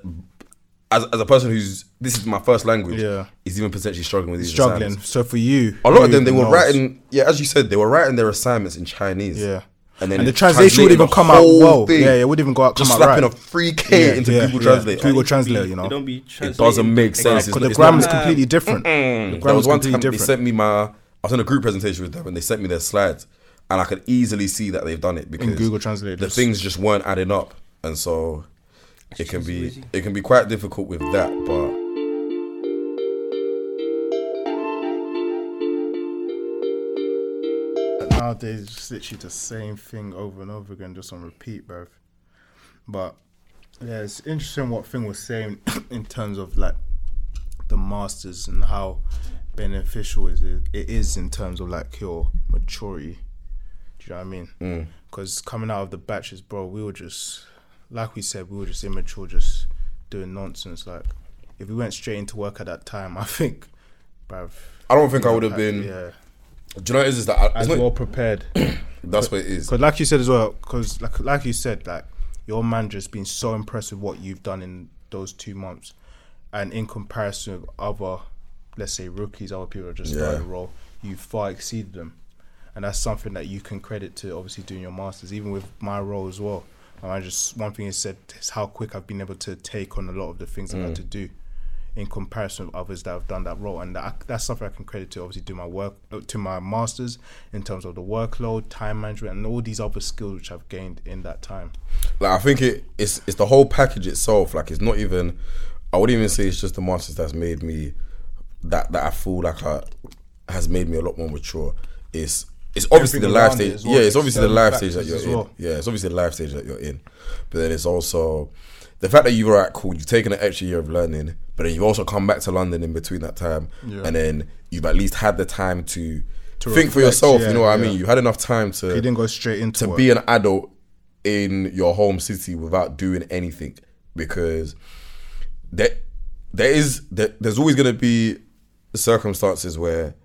Speaker 3: as as a person who's this is my first language,
Speaker 2: Yeah.
Speaker 3: is even potentially struggling with these
Speaker 2: struggling.
Speaker 3: assignments.
Speaker 2: So for you,
Speaker 3: A lot of
Speaker 2: who
Speaker 3: them they were
Speaker 2: knows?
Speaker 3: writing, yeah, as you said, they were writing their assignments in Chinese.
Speaker 2: Yeah.
Speaker 3: and then
Speaker 2: and the
Speaker 3: it
Speaker 2: translation would
Speaker 3: translated
Speaker 2: even
Speaker 3: the
Speaker 2: come out
Speaker 3: whole
Speaker 2: well.
Speaker 3: thing.
Speaker 2: Yeah, yeah, it would even go out, come
Speaker 3: just
Speaker 2: out
Speaker 3: slapping
Speaker 2: right.
Speaker 3: a free K
Speaker 2: Yeah,
Speaker 3: into
Speaker 2: yeah,
Speaker 3: Google
Speaker 2: yeah.
Speaker 3: Translate.
Speaker 2: Google
Speaker 3: Like,
Speaker 2: Translate, you
Speaker 1: It
Speaker 2: know,
Speaker 1: don't be
Speaker 3: it
Speaker 1: translated.
Speaker 3: doesn't make sense.
Speaker 2: because
Speaker 3: It's not-
Speaker 2: the
Speaker 3: it's not-
Speaker 2: grammar is
Speaker 1: not-
Speaker 2: completely different. The
Speaker 3: There
Speaker 2: grammar
Speaker 3: was
Speaker 2: is
Speaker 3: one time
Speaker 2: completely
Speaker 3: they
Speaker 2: different.
Speaker 3: sent me my. I was in a group presentation with them, and they sent me their slides, and I could easily see that they've done it because
Speaker 2: Google Translate,
Speaker 3: the
Speaker 2: just-
Speaker 3: things just weren't adding up, and so it can
Speaker 1: just
Speaker 3: be
Speaker 1: lazy.
Speaker 3: it can be quite difficult with that. But
Speaker 2: Nowadays, it's just literally the same thing over and over again, just on repeat, bruv. But yeah, it's interesting what Finn was saying in terms of like the masters and how beneficial is it, it is in terms of like your maturity. Do you know what I mean? Because coming out of the batches, bro, we were just like we said, we were just immature, just doing nonsense. Like if we went straight into work at that time, I think, bruv.
Speaker 3: I don't think I would have been.
Speaker 2: yeah,
Speaker 3: Do you know what it is? Is that I,
Speaker 2: as
Speaker 3: it's not,
Speaker 2: well prepared.
Speaker 3: that's what it is.
Speaker 2: Because, like you said as well, because like like you said, like your manager's been so impressed with what you've done in those two months, and in comparison with other, let's say rookies, other people that just
Speaker 3: Yeah.
Speaker 2: started the role, you far exceeded them, and that's something that you can credit to obviously doing your masters, even with my role as well. And I just one thing is said is how quick I've been able to take on a lot of the things I've had
Speaker 3: Mm.
Speaker 2: to do. In comparison with others that have done that role, and that, that's something I can credit to obviously do my work to my masters in terms of the workload, time management, and all these other skills which I've gained in that time.
Speaker 3: Like I think it, it's it's the whole package itself. Like it's not even. I wouldn't even say it's just the masters that's made me that that I feel like I has made me a lot more mature. It's it's obviously
Speaker 2: Everything
Speaker 3: the life
Speaker 2: around it
Speaker 3: stage.
Speaker 2: as well,
Speaker 3: yeah, it's obviously the
Speaker 2: external
Speaker 3: life stage that
Speaker 2: factors
Speaker 3: you're
Speaker 2: as
Speaker 3: in.
Speaker 2: well.
Speaker 3: Yeah, it's obviously the life stage that you're in. But then it's also the fact that you were at cool. You've taken an extra year of learning, but then you've also come back to London in between that time,
Speaker 2: Yeah.
Speaker 3: and then you've at least had the time to. think for
Speaker 2: reflect,
Speaker 3: yourself,
Speaker 2: yeah,
Speaker 3: you know what I
Speaker 2: yeah.
Speaker 3: mean. You had enough time to
Speaker 2: You didn't go straight into
Speaker 3: to
Speaker 2: it.
Speaker 3: be an adult in your home city without doing anything because there there is there, there's always going to be circumstances where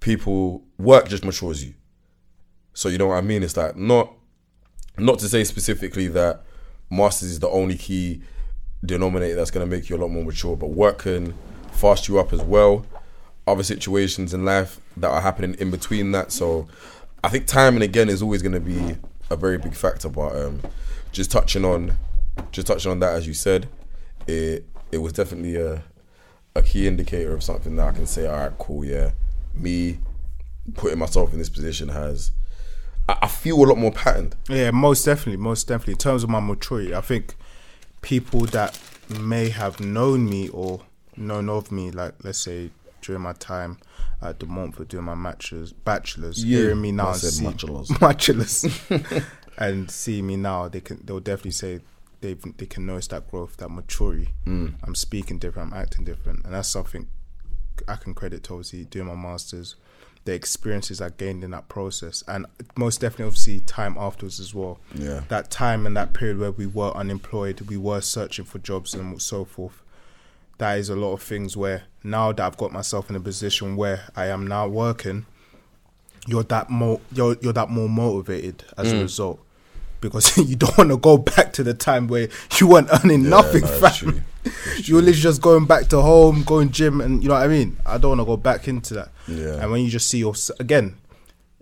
Speaker 3: people work just matures you so you know what i mean it's like not not to say specifically that masters is the only key denominator that's going to make you a lot more mature but work can fast you up as well other situations in life that are happening in between that so i think time and again is always going to be a very big factor but um just touching on just touching on that as you said it it was definitely a a key indicator of something that i can say all right cool yeah me putting myself in this position has I, I feel a lot more patterned
Speaker 2: Yeah, most definitely, most definitely. In terms of my maturity, I think people that may have known me or known of me, like let's say during my time at the Montfort doing my matches, bachelors,
Speaker 3: Yeah,
Speaker 2: hearing me now,
Speaker 3: I
Speaker 2: and
Speaker 3: said
Speaker 2: see,
Speaker 3: bachelors.
Speaker 2: bachelors, and seeing me now, they can they'll definitely say they they can notice that growth, that maturity. I'm speaking different, I'm acting different, and that's something I can credit to obviously doing my masters, the experiences I gained in that process, and most definitely obviously time afterwards as well.
Speaker 3: Yeah.
Speaker 2: that time and that period where we were unemployed, we were searching for jobs and so forth. That is a lot of things where now that I've got myself in a position where I am now working, you're that more you're you're that more motivated as
Speaker 3: Mm.
Speaker 2: a result. Because you don't want to go back to the time where you weren't earning nothing,
Speaker 3: no, it's
Speaker 2: fam.
Speaker 3: true.
Speaker 2: You're literally just going back to home, going gym, and you know what I mean. I don't want to go back into that.
Speaker 3: Yeah.
Speaker 2: And when you just see your again,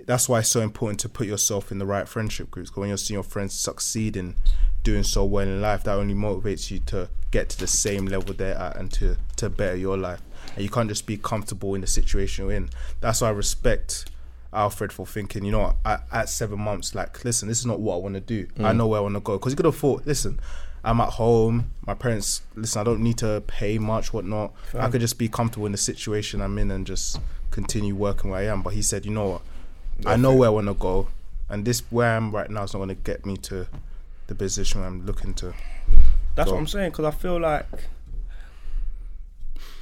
Speaker 2: that's why it's so important to put yourself in the right friendship groups. Because when you're seeing your friends succeeding, doing so well in life, that only motivates you to get to the same level they're at and to to better your life. And you can't just be comfortable in the situation you're in. That's why I respect Alfred for thinking, you know, what, at, at seven months, like, listen, this is not what I want to do. I know where I want to go. Because you could have thought, listen, I'm at home. My parents, listen, I don't need to pay much, whatnot. I could just be comfortable in the situation I'm in and just continue working where I am. But he said, you know what? I know where I want to go. And this, where I'm right now, is not going to get me to the position where I'm looking to.
Speaker 1: That's what
Speaker 2: Go on.
Speaker 1: I'm saying because I feel like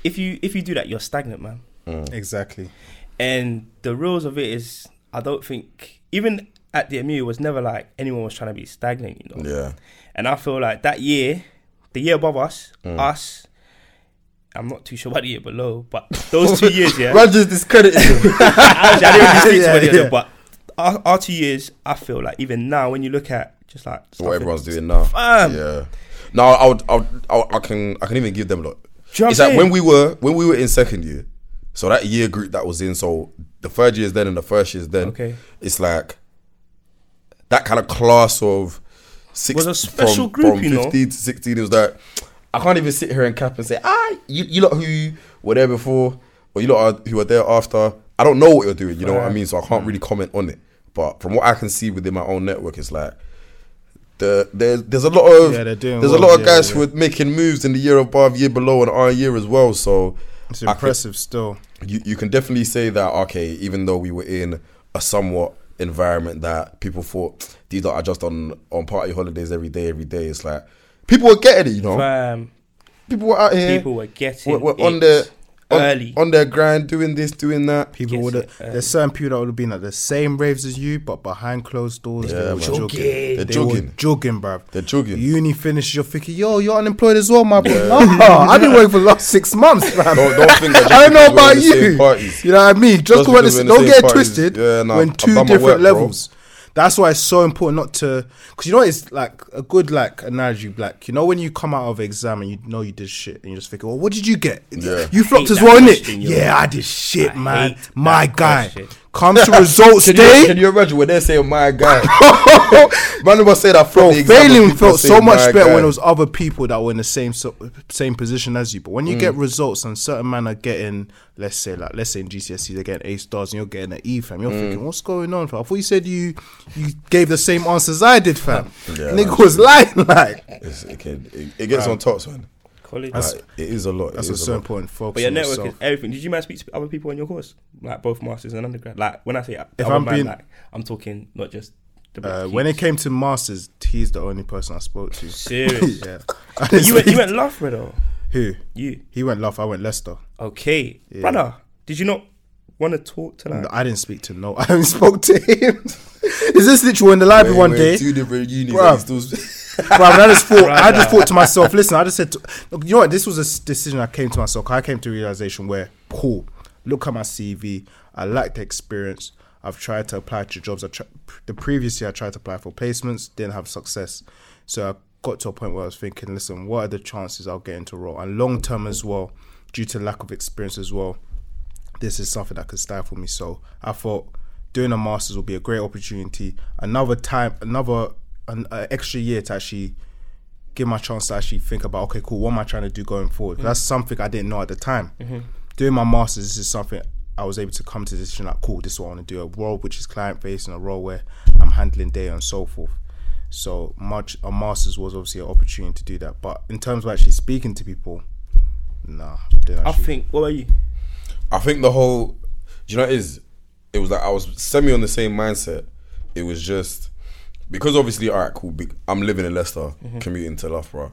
Speaker 1: if you if you do that, you're stagnant, man.
Speaker 3: Hmm.
Speaker 2: Exactly.
Speaker 1: And the rules of it is, I don't think even at the MU it was never like anyone was trying to be stagnant, you know.
Speaker 3: yeah
Speaker 1: And I feel like that year, the year above us,
Speaker 2: Mm.
Speaker 1: us, I'm not too sure about the year below, but those two years, yeah.
Speaker 3: Roger's discredited him.
Speaker 1: Actually, I didn't really speak to
Speaker 2: Yeah,
Speaker 1: any of them,
Speaker 2: yeah.
Speaker 1: but our, our two years, I feel like even now when you look at just like
Speaker 3: what
Speaker 1: stuff in-
Speaker 3: everyone's doing now.
Speaker 1: Fam.
Speaker 3: Yeah. No, I would, I, would, I, would- I can I can even give them a lot.
Speaker 1: Do you know what
Speaker 3: it's
Speaker 1: I'm saying?
Speaker 3: like when we were when we were in second year, so that year group that was in, so the third year is then and the first year is then.
Speaker 1: Okay.
Speaker 3: It's like that kind of class of six
Speaker 1: Was a special
Speaker 3: from,
Speaker 1: group,
Speaker 3: from
Speaker 1: you know?
Speaker 3: fifteen to sixteen. It was like I can't even sit here and cap and say ah you you lot who were there before or you lot are, who were there after. I don't know what you're doing. You know what I
Speaker 1: Right.
Speaker 3: mean? So I can't really comment on it. But from what I can see within my own network, it's like the there's there's a lot of
Speaker 2: Yeah, they're doing
Speaker 3: there's a
Speaker 2: well,
Speaker 3: lot of
Speaker 2: yeah,
Speaker 3: guys
Speaker 2: yeah.
Speaker 3: who are making moves in the year above, year below, and our year as well. So
Speaker 2: It's
Speaker 3: I could-
Speaker 2: impressive still.
Speaker 3: you, you can definitely say that okay, even though we were in a somewhat environment that people thought these lot are just on on party holidays every day, every day. It's like people were getting it, you know.
Speaker 1: Fam,
Speaker 3: People were out here,
Speaker 1: people were getting
Speaker 3: were, were on
Speaker 1: it
Speaker 3: their on,
Speaker 1: early.
Speaker 3: on their grind, doing this, doing that.
Speaker 2: People
Speaker 1: Yes,
Speaker 2: would have.
Speaker 1: uh,
Speaker 2: there's certain people that would have been at the same raves as you, but behind closed doors,
Speaker 3: Yeah,
Speaker 2: they were
Speaker 3: man.
Speaker 2: jogging.
Speaker 1: Jogging.
Speaker 3: They're
Speaker 2: They were
Speaker 3: jogging.
Speaker 2: jogging, bruv.
Speaker 3: They're jogging.
Speaker 2: Uni finishes, you're thinking, yo, you're unemployed as well, my boy. Nah, I've been working for the last six months, man.
Speaker 3: Don't- don't think that just
Speaker 2: I don't know
Speaker 3: because we're
Speaker 2: about
Speaker 3: in the same
Speaker 2: you.
Speaker 3: parties.
Speaker 2: You know what I mean? Just,
Speaker 3: Just
Speaker 2: because we're
Speaker 3: because
Speaker 2: the-
Speaker 3: we're in
Speaker 2: don't
Speaker 3: the
Speaker 2: get
Speaker 3: same
Speaker 2: it
Speaker 3: parties.
Speaker 2: twisted.
Speaker 3: Yeah, nah,
Speaker 2: we're in
Speaker 3: I've
Speaker 2: two
Speaker 3: done my
Speaker 2: different
Speaker 3: work, bro.
Speaker 2: levels. That's why it's so important not to, because you know it's like a good like analogy, like you know when you come out of exam and you know you did shit and you just think, well, what did you get?
Speaker 3: Yeah.
Speaker 2: You flopped
Speaker 1: hate
Speaker 2: as
Speaker 1: that
Speaker 2: well, innit?
Speaker 1: question, yo.
Speaker 2: Yeah, I did shit,
Speaker 1: I
Speaker 2: man.
Speaker 1: hate
Speaker 2: My
Speaker 1: that
Speaker 2: guy
Speaker 1: question.
Speaker 2: comes to results
Speaker 3: Can you,
Speaker 2: day.
Speaker 3: can you imagine when they say "my guy"? Man, must say that from
Speaker 2: Bro,
Speaker 3: the exam,
Speaker 2: failing
Speaker 3: people
Speaker 2: felt
Speaker 3: say,
Speaker 2: so much
Speaker 3: "My
Speaker 2: better
Speaker 3: guy."
Speaker 2: when it was other people that were in the same so, same position as you. But when you
Speaker 3: Mm.
Speaker 2: get results and certain man are getting, let's say like let's say in GCSE E, they're getting A stars and you're getting an E, fam.
Speaker 3: Mm.
Speaker 2: You're thinking, what's going on? Fam? I thought you said you you gave the same answers I did, fam.
Speaker 3: Yeah,
Speaker 2: Nigga
Speaker 3: man.
Speaker 2: was lying, like
Speaker 3: It's- it, can, it, it gets on tops, man.
Speaker 1: college.
Speaker 3: Like, it is a lot.
Speaker 2: that's
Speaker 3: That's
Speaker 2: what's so important. Focus
Speaker 1: But your
Speaker 2: on
Speaker 1: network
Speaker 2: yourself.
Speaker 1: is everything. Did you man speak to other people on your course, like both masters and undergrad? Like when I say
Speaker 2: If
Speaker 1: if I'm
Speaker 2: I'm being-
Speaker 1: like I'm talking not just the
Speaker 2: Uh,
Speaker 1: black
Speaker 2: when it
Speaker 1: kids.
Speaker 2: came to masters, he's the only person I spoke to.
Speaker 1: serious.
Speaker 2: yeah,
Speaker 1: you went you went Loughborough though.
Speaker 2: who?
Speaker 1: You
Speaker 2: He went Love. I went Leicester.
Speaker 1: okay, brother? Did you not want to talk to like?
Speaker 2: No, I didn't speak to no. I only spoke to him. Is this literally we're in the library one day?
Speaker 3: Two different unis.
Speaker 2: Bruh.
Speaker 3: and he's still-
Speaker 2: Bruv, and I just thought. I just
Speaker 1: Brother.
Speaker 2: thought to myself. Listen, I just said, to, look, you know what? This was a s- decision I came to myself. I came to a realization where, cool. Look at my CV. I like the experience. I've tried to apply to jobs. I tr- the previous year I tried to apply for placements, didn't have success. So I got to a point where I was thinking, listen, what are the chances I'll get into a role? And long term as well, due to lack of experience as well, this is something that could stifle me. So I thought doing a masters would be a great opportunity, another time, another an uh, extra year to actually give my chance to actually think about okay, cool, what am I trying to do going forward? That's something I didn't know at the time. Doing my masters, this is something I was able to come to the decision like, cool, this is what I want to do. A role which is client facing, a role where I'm handling data and so forth. So much a masters was obviously an opportunity to do that. But in terms of actually speaking to people, nah, didn't
Speaker 1: I
Speaker 2: actually.
Speaker 1: think what were you?
Speaker 3: I think the whole, do you know, what it is it was like I was semi on the same mindset. It was just because obviously, all right, cool. be- I'm living in Leicester, commuting to Loughborough.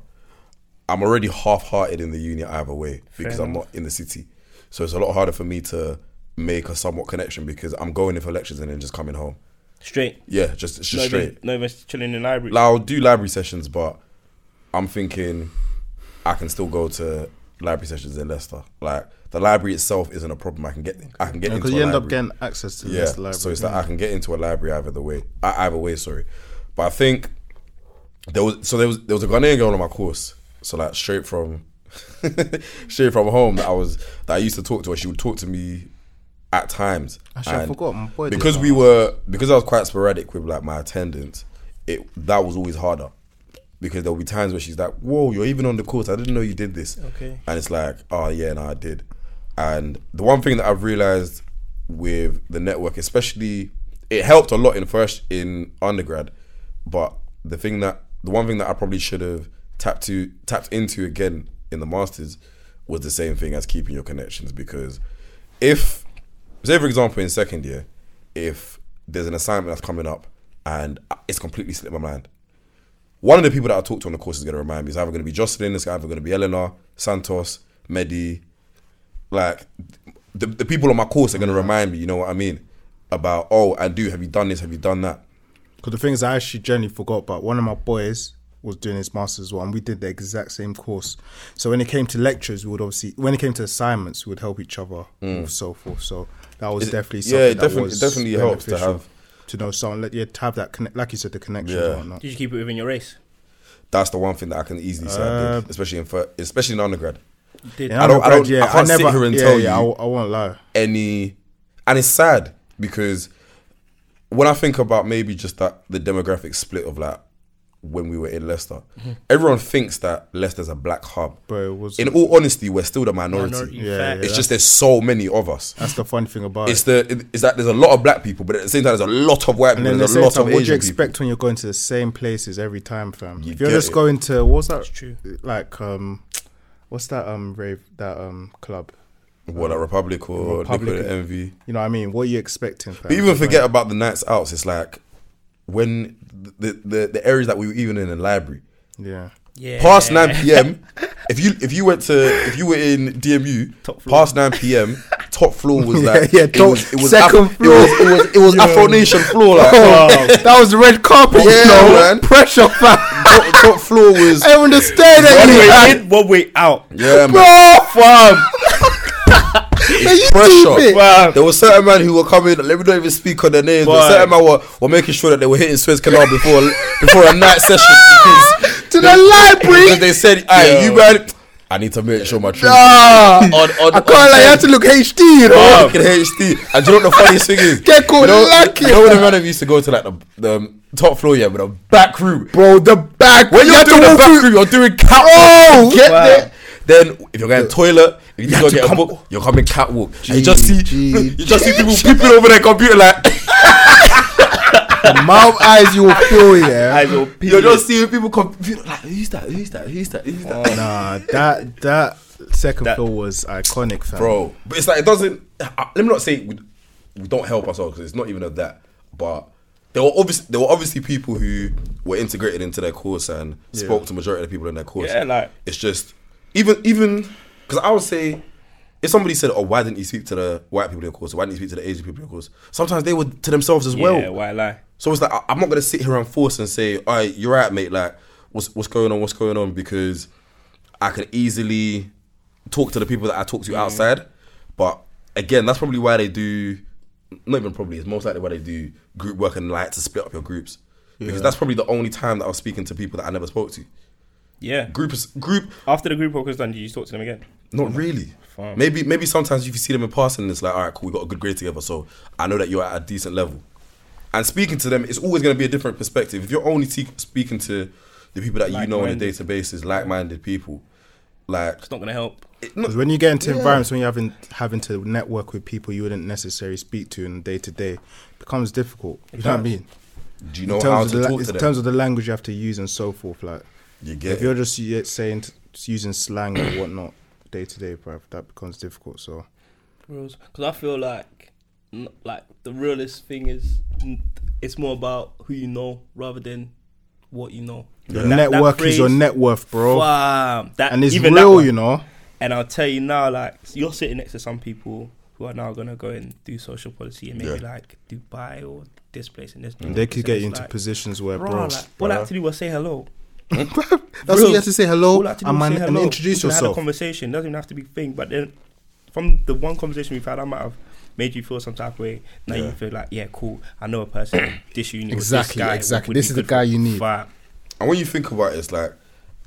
Speaker 3: I'm already half-hearted in the uni either way because I'm not in the city, so it's a lot harder for me to make a somewhat connection because I'm going in for lectures and then just coming home.
Speaker 1: Straight.
Speaker 3: Yeah, just it's
Speaker 1: No,
Speaker 3: just straight.
Speaker 1: even, no, even chilling in the library.
Speaker 3: Like, I'll do library sessions, but I'm thinking I can still go to library sessions in Leicester. Like the library itself isn't a problem. I can get I can get into
Speaker 2: because
Speaker 3: a
Speaker 2: you end
Speaker 3: library.
Speaker 2: up getting access to
Speaker 3: yeah.
Speaker 2: this library.
Speaker 3: So it's like I can get into a library either the way uh, either way. Sorry, but I think there was so there was there was a Ghanaian girl on my course. So like straight from straight from home that I was that I used to talk to her. She would talk to me at times.
Speaker 2: Actually, I
Speaker 3: and
Speaker 2: forgot my boy did
Speaker 3: because
Speaker 2: that.
Speaker 3: we were because I was quite sporadic with like my attendance. It that was always harder because there'll be times where she's like, "Whoa, you're even on the course. I didn't know you did this."
Speaker 1: Okay.
Speaker 3: And it's like, "Oh yeah, no, I did." And the one thing that I've realized with the network, especially, it helped a lot in first in undergrad, but the thing that the one thing that I probably should have tapped to tapped into again in the masters was the same thing as keeping your connections because if say for example in second year if there's an assignment that's coming up and it's completely slipped my mind one of the people that I talk to on the course is going to remind me. It's either going to be Jocelyn, it's either going to be Eleanor, Santos, Medi. Like, the, the people on my course are going to
Speaker 2: Uh-huh.
Speaker 3: remind me, you know what I mean? About, oh, I do, have you done this, have you done that?
Speaker 2: Because the things I actually generally forgot, but one of my boys was doing his masters as well, and we did the exact same course. So when it came to lectures, we would obviously, when it came to assignments, we would help each other and so forth. So that was
Speaker 3: Mm. It-
Speaker 2: definitely
Speaker 3: yeah,
Speaker 2: something
Speaker 3: it
Speaker 2: that
Speaker 3: definitely-
Speaker 2: was
Speaker 3: it definitely helps to
Speaker 2: beneficial
Speaker 3: have-
Speaker 2: to know someone. like, Yeah, to have that connect, like you said, the connection.
Speaker 3: Yeah.
Speaker 2: and whatnot.
Speaker 1: Did you keep it within your race?
Speaker 3: That's the one thing that I can easily say,
Speaker 2: Uh,
Speaker 3: I did, especially in fir- especially in undergrad.
Speaker 1: Did,
Speaker 2: In
Speaker 3: I don't- I don't-
Speaker 2: undergrad, yeah,
Speaker 3: I can't sit
Speaker 2: never-
Speaker 3: here and
Speaker 2: yeah,
Speaker 3: tell
Speaker 2: yeah, I,
Speaker 3: you.
Speaker 2: w- I won't lie.
Speaker 3: Any, and it's sad because when I think about maybe just that the demographic split of like when we were in Leicester, everyone thinks that Leicester's a black hub.
Speaker 2: Mm-hmm. But it was
Speaker 3: In all honesty, we're still the minority.
Speaker 1: Minority,
Speaker 2: Yeah,
Speaker 1: fact.
Speaker 2: yeah.
Speaker 3: It's just there's so many of us.
Speaker 2: that's the fun thing about
Speaker 3: It's
Speaker 2: it.
Speaker 3: the it- it's that there's a lot of black people, but at the same time there's a lot of
Speaker 2: And
Speaker 3: white people,
Speaker 2: then at
Speaker 3: and
Speaker 2: the
Speaker 3: there's a
Speaker 2: same
Speaker 3: lot of
Speaker 2: time, what do you
Speaker 3: Asian people.
Speaker 2: expect when you're going to the same places every time, fam?
Speaker 3: You
Speaker 2: if you're
Speaker 3: get
Speaker 2: just
Speaker 3: it.
Speaker 2: going to what's that?
Speaker 1: true.
Speaker 2: Like um, what's that um rave that um club?
Speaker 3: What a Republic or
Speaker 2: Republic.
Speaker 3: Liquid Envy.
Speaker 2: You know what I mean? What are you expecting? Fam?
Speaker 3: But even forget about the nights outs. It's like when the the, the areas that we were even in the library
Speaker 2: yeah,
Speaker 1: Yeah.
Speaker 3: past nine p.m. if you if you went to if you were in DMU
Speaker 1: Top floor.
Speaker 3: past nine p.m. Top floor was
Speaker 2: Yeah,
Speaker 3: like
Speaker 2: yeah,
Speaker 3: it
Speaker 2: top-
Speaker 3: was it was
Speaker 2: second
Speaker 3: Af-
Speaker 2: floor. Oh.
Speaker 3: it was it was, it was Afro Nation floor like
Speaker 2: that was red carpet.
Speaker 3: Oh. Yeah,
Speaker 2: you know?
Speaker 3: man.
Speaker 2: pressure, fam.
Speaker 3: top, top floor was
Speaker 2: Everyone just stared
Speaker 1: One way
Speaker 2: at you,
Speaker 1: in, one way out.
Speaker 3: yeah man.
Speaker 2: bro, fam.
Speaker 3: It's
Speaker 2: stupid.
Speaker 3: pressure.
Speaker 1: Wow.
Speaker 3: There were certain men who were coming. Let me not even speak on their names. But
Speaker 1: Why?
Speaker 3: certain men were, were making sure that they were hitting Suez Canal before before a night session because
Speaker 2: To the library.
Speaker 3: because they said,
Speaker 1: Yo.
Speaker 3: "Aye, you man, I need to make sure my truth."
Speaker 2: Ah,
Speaker 3: on- on-
Speaker 2: I can't lie. You had to look HD, you know.
Speaker 3: Fucking HD. And do you know what the funniest thing is?
Speaker 2: Get caught
Speaker 3: you know,
Speaker 2: lacking.
Speaker 3: You know when the man used to go to like the, the um, top floor, yeah, with a back room.
Speaker 2: Bro, the back.
Speaker 3: When
Speaker 2: you
Speaker 3: you're
Speaker 2: had to
Speaker 3: doing the
Speaker 2: walk
Speaker 3: back
Speaker 2: through-
Speaker 3: room, you're doing cat.
Speaker 2: Oh,
Speaker 3: get
Speaker 1: Wow.
Speaker 3: there. Then if you're going to toilet, if you, need to
Speaker 2: have
Speaker 3: go
Speaker 2: to
Speaker 3: get a
Speaker 2: come-
Speaker 3: book, you're coming catwalk. And you just
Speaker 2: Gee,
Speaker 3: see,
Speaker 2: gee,
Speaker 3: you just see people peeping over their computer like.
Speaker 2: the mouth eyes you will feel, yeah.
Speaker 1: I will pee.
Speaker 3: You're just seeing people com- people like who's that? Who's that? Who's that? Who's that?
Speaker 2: Nah, that that second
Speaker 1: That-
Speaker 2: floor was iconic, fam.
Speaker 3: Bro, but it's like it doesn't. I- Let me not say we, we don't help ourselves because it's not even of that. But there were obviously there were obviously people who were integrated into their course and spoke to majority of the people in their course.
Speaker 1: Yeah, like-
Speaker 3: it's just even even because I would say. If somebody said, "Oh, why didn't you speak to the white people in your course? Why didn't you speak to the Asian people in your course?" Sometimes they would to themselves as well.
Speaker 1: Yeah, why lie?
Speaker 3: So it's like I- I'm not gonna sit here and force and say, "All right, you're right, mate. Like, what's what's going on? What's going on?" Because I can easily talk to the people that I talk to outside. But again, that's probably why they do. Not even probably. It's most likely why they do group work and like to split up your groups. Because that's probably the only time that I was speaking to people that I never spoke to.
Speaker 1: Yeah.
Speaker 3: Group is group.
Speaker 1: After the group work was done, did you talk to them again?
Speaker 3: Not really.
Speaker 1: Fine.
Speaker 3: Maybe maybe sometimes if you see them in passing, it's like, all right, cool, we got a good grade together, so I know that you're at a decent level. And speaking to them, it's always going to be a different perspective. If you're only te- speaking to the people that you know on a
Speaker 1: Like-minded.
Speaker 3: database, basis, like-minded people, like
Speaker 1: It's not gonna help.
Speaker 3: it, no,
Speaker 2: Because when you get into environments when you're having having to network with people you wouldn't necessarily speak to in day to day, becomes difficult. You know what I mean?
Speaker 3: do you know
Speaker 2: in
Speaker 3: how
Speaker 2: terms,
Speaker 3: to
Speaker 2: of the, la-
Speaker 3: talk
Speaker 2: in
Speaker 3: to them?
Speaker 2: terms of the language you have to use and so forth, like
Speaker 3: you get
Speaker 2: if
Speaker 3: it.
Speaker 2: you're just yet saying t- just using slang or whatnot day to day, bruv, that becomes difficult. So
Speaker 1: rules because I feel like n- like the realest thing is n- it's more about who you know rather than what you know.
Speaker 2: your network is your net worth, bro,
Speaker 1: Wow, that
Speaker 2: and it's
Speaker 1: even that
Speaker 2: real,
Speaker 1: one.
Speaker 2: you know.
Speaker 1: And I'll tell you now, like you're sitting next to some people who are now gonna go and do social policy and maybe
Speaker 3: Yeah.
Speaker 1: like Dubai or this place and this.
Speaker 2: And
Speaker 1: Place.
Speaker 2: Mm. they could
Speaker 1: And
Speaker 2: get
Speaker 1: it's
Speaker 2: you into
Speaker 1: like,
Speaker 2: positions where,
Speaker 1: Bro,
Speaker 2: bro,
Speaker 1: like, all I had to do was say hello.
Speaker 2: that's
Speaker 1: Bro,
Speaker 2: what you have to say.
Speaker 1: All
Speaker 2: Hello,
Speaker 1: I had to do
Speaker 2: and,
Speaker 1: was
Speaker 2: man,
Speaker 1: say
Speaker 2: Oh, and
Speaker 1: hello.
Speaker 2: introduce
Speaker 1: We could have Had a
Speaker 2: yourself.
Speaker 1: conversation doesn't even have to be thing, but then from the one conversation we've had, I might have made you feel some type of way. Now you
Speaker 3: Yeah.
Speaker 1: feel like, yeah, cool. I know a person. this you know.
Speaker 2: Exactly,
Speaker 1: This guy
Speaker 2: exactly.
Speaker 1: would be
Speaker 2: This is the
Speaker 1: good
Speaker 2: guy
Speaker 1: for-
Speaker 2: you need.
Speaker 1: Vibe.
Speaker 3: And when you think about it, it's like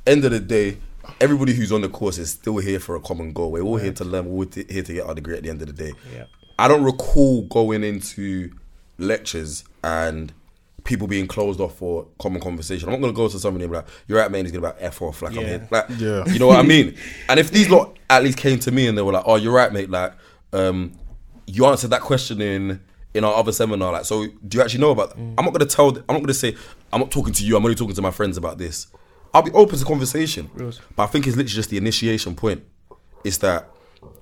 Speaker 3: end of the day, everybody who's on the course is still here for a common goal. We're all here to learn. We're all t- here to get our degree at the end of the day.
Speaker 1: Yeah.
Speaker 3: I don't recall going into lectures and people being closed off for common conversation. I'm not gonna go to somebody and be like, "You're right, man." He's gonna be like, "F off," like I'm
Speaker 1: Yeah.
Speaker 3: here. Like,
Speaker 2: Yeah.
Speaker 3: you know what I mean? And if these lot at least came to me and they were like, "Oh, you're right, mate. Like, um, you answered that question in in our other seminar. Like, so do you actually know about? That? I'm not gonna tell. I'm not gonna say. I'm not talking to you. I'm only talking to my friends about this. I'll be open to conversation.
Speaker 1: Reals.
Speaker 3: But I think it's literally just the initiation point. Is that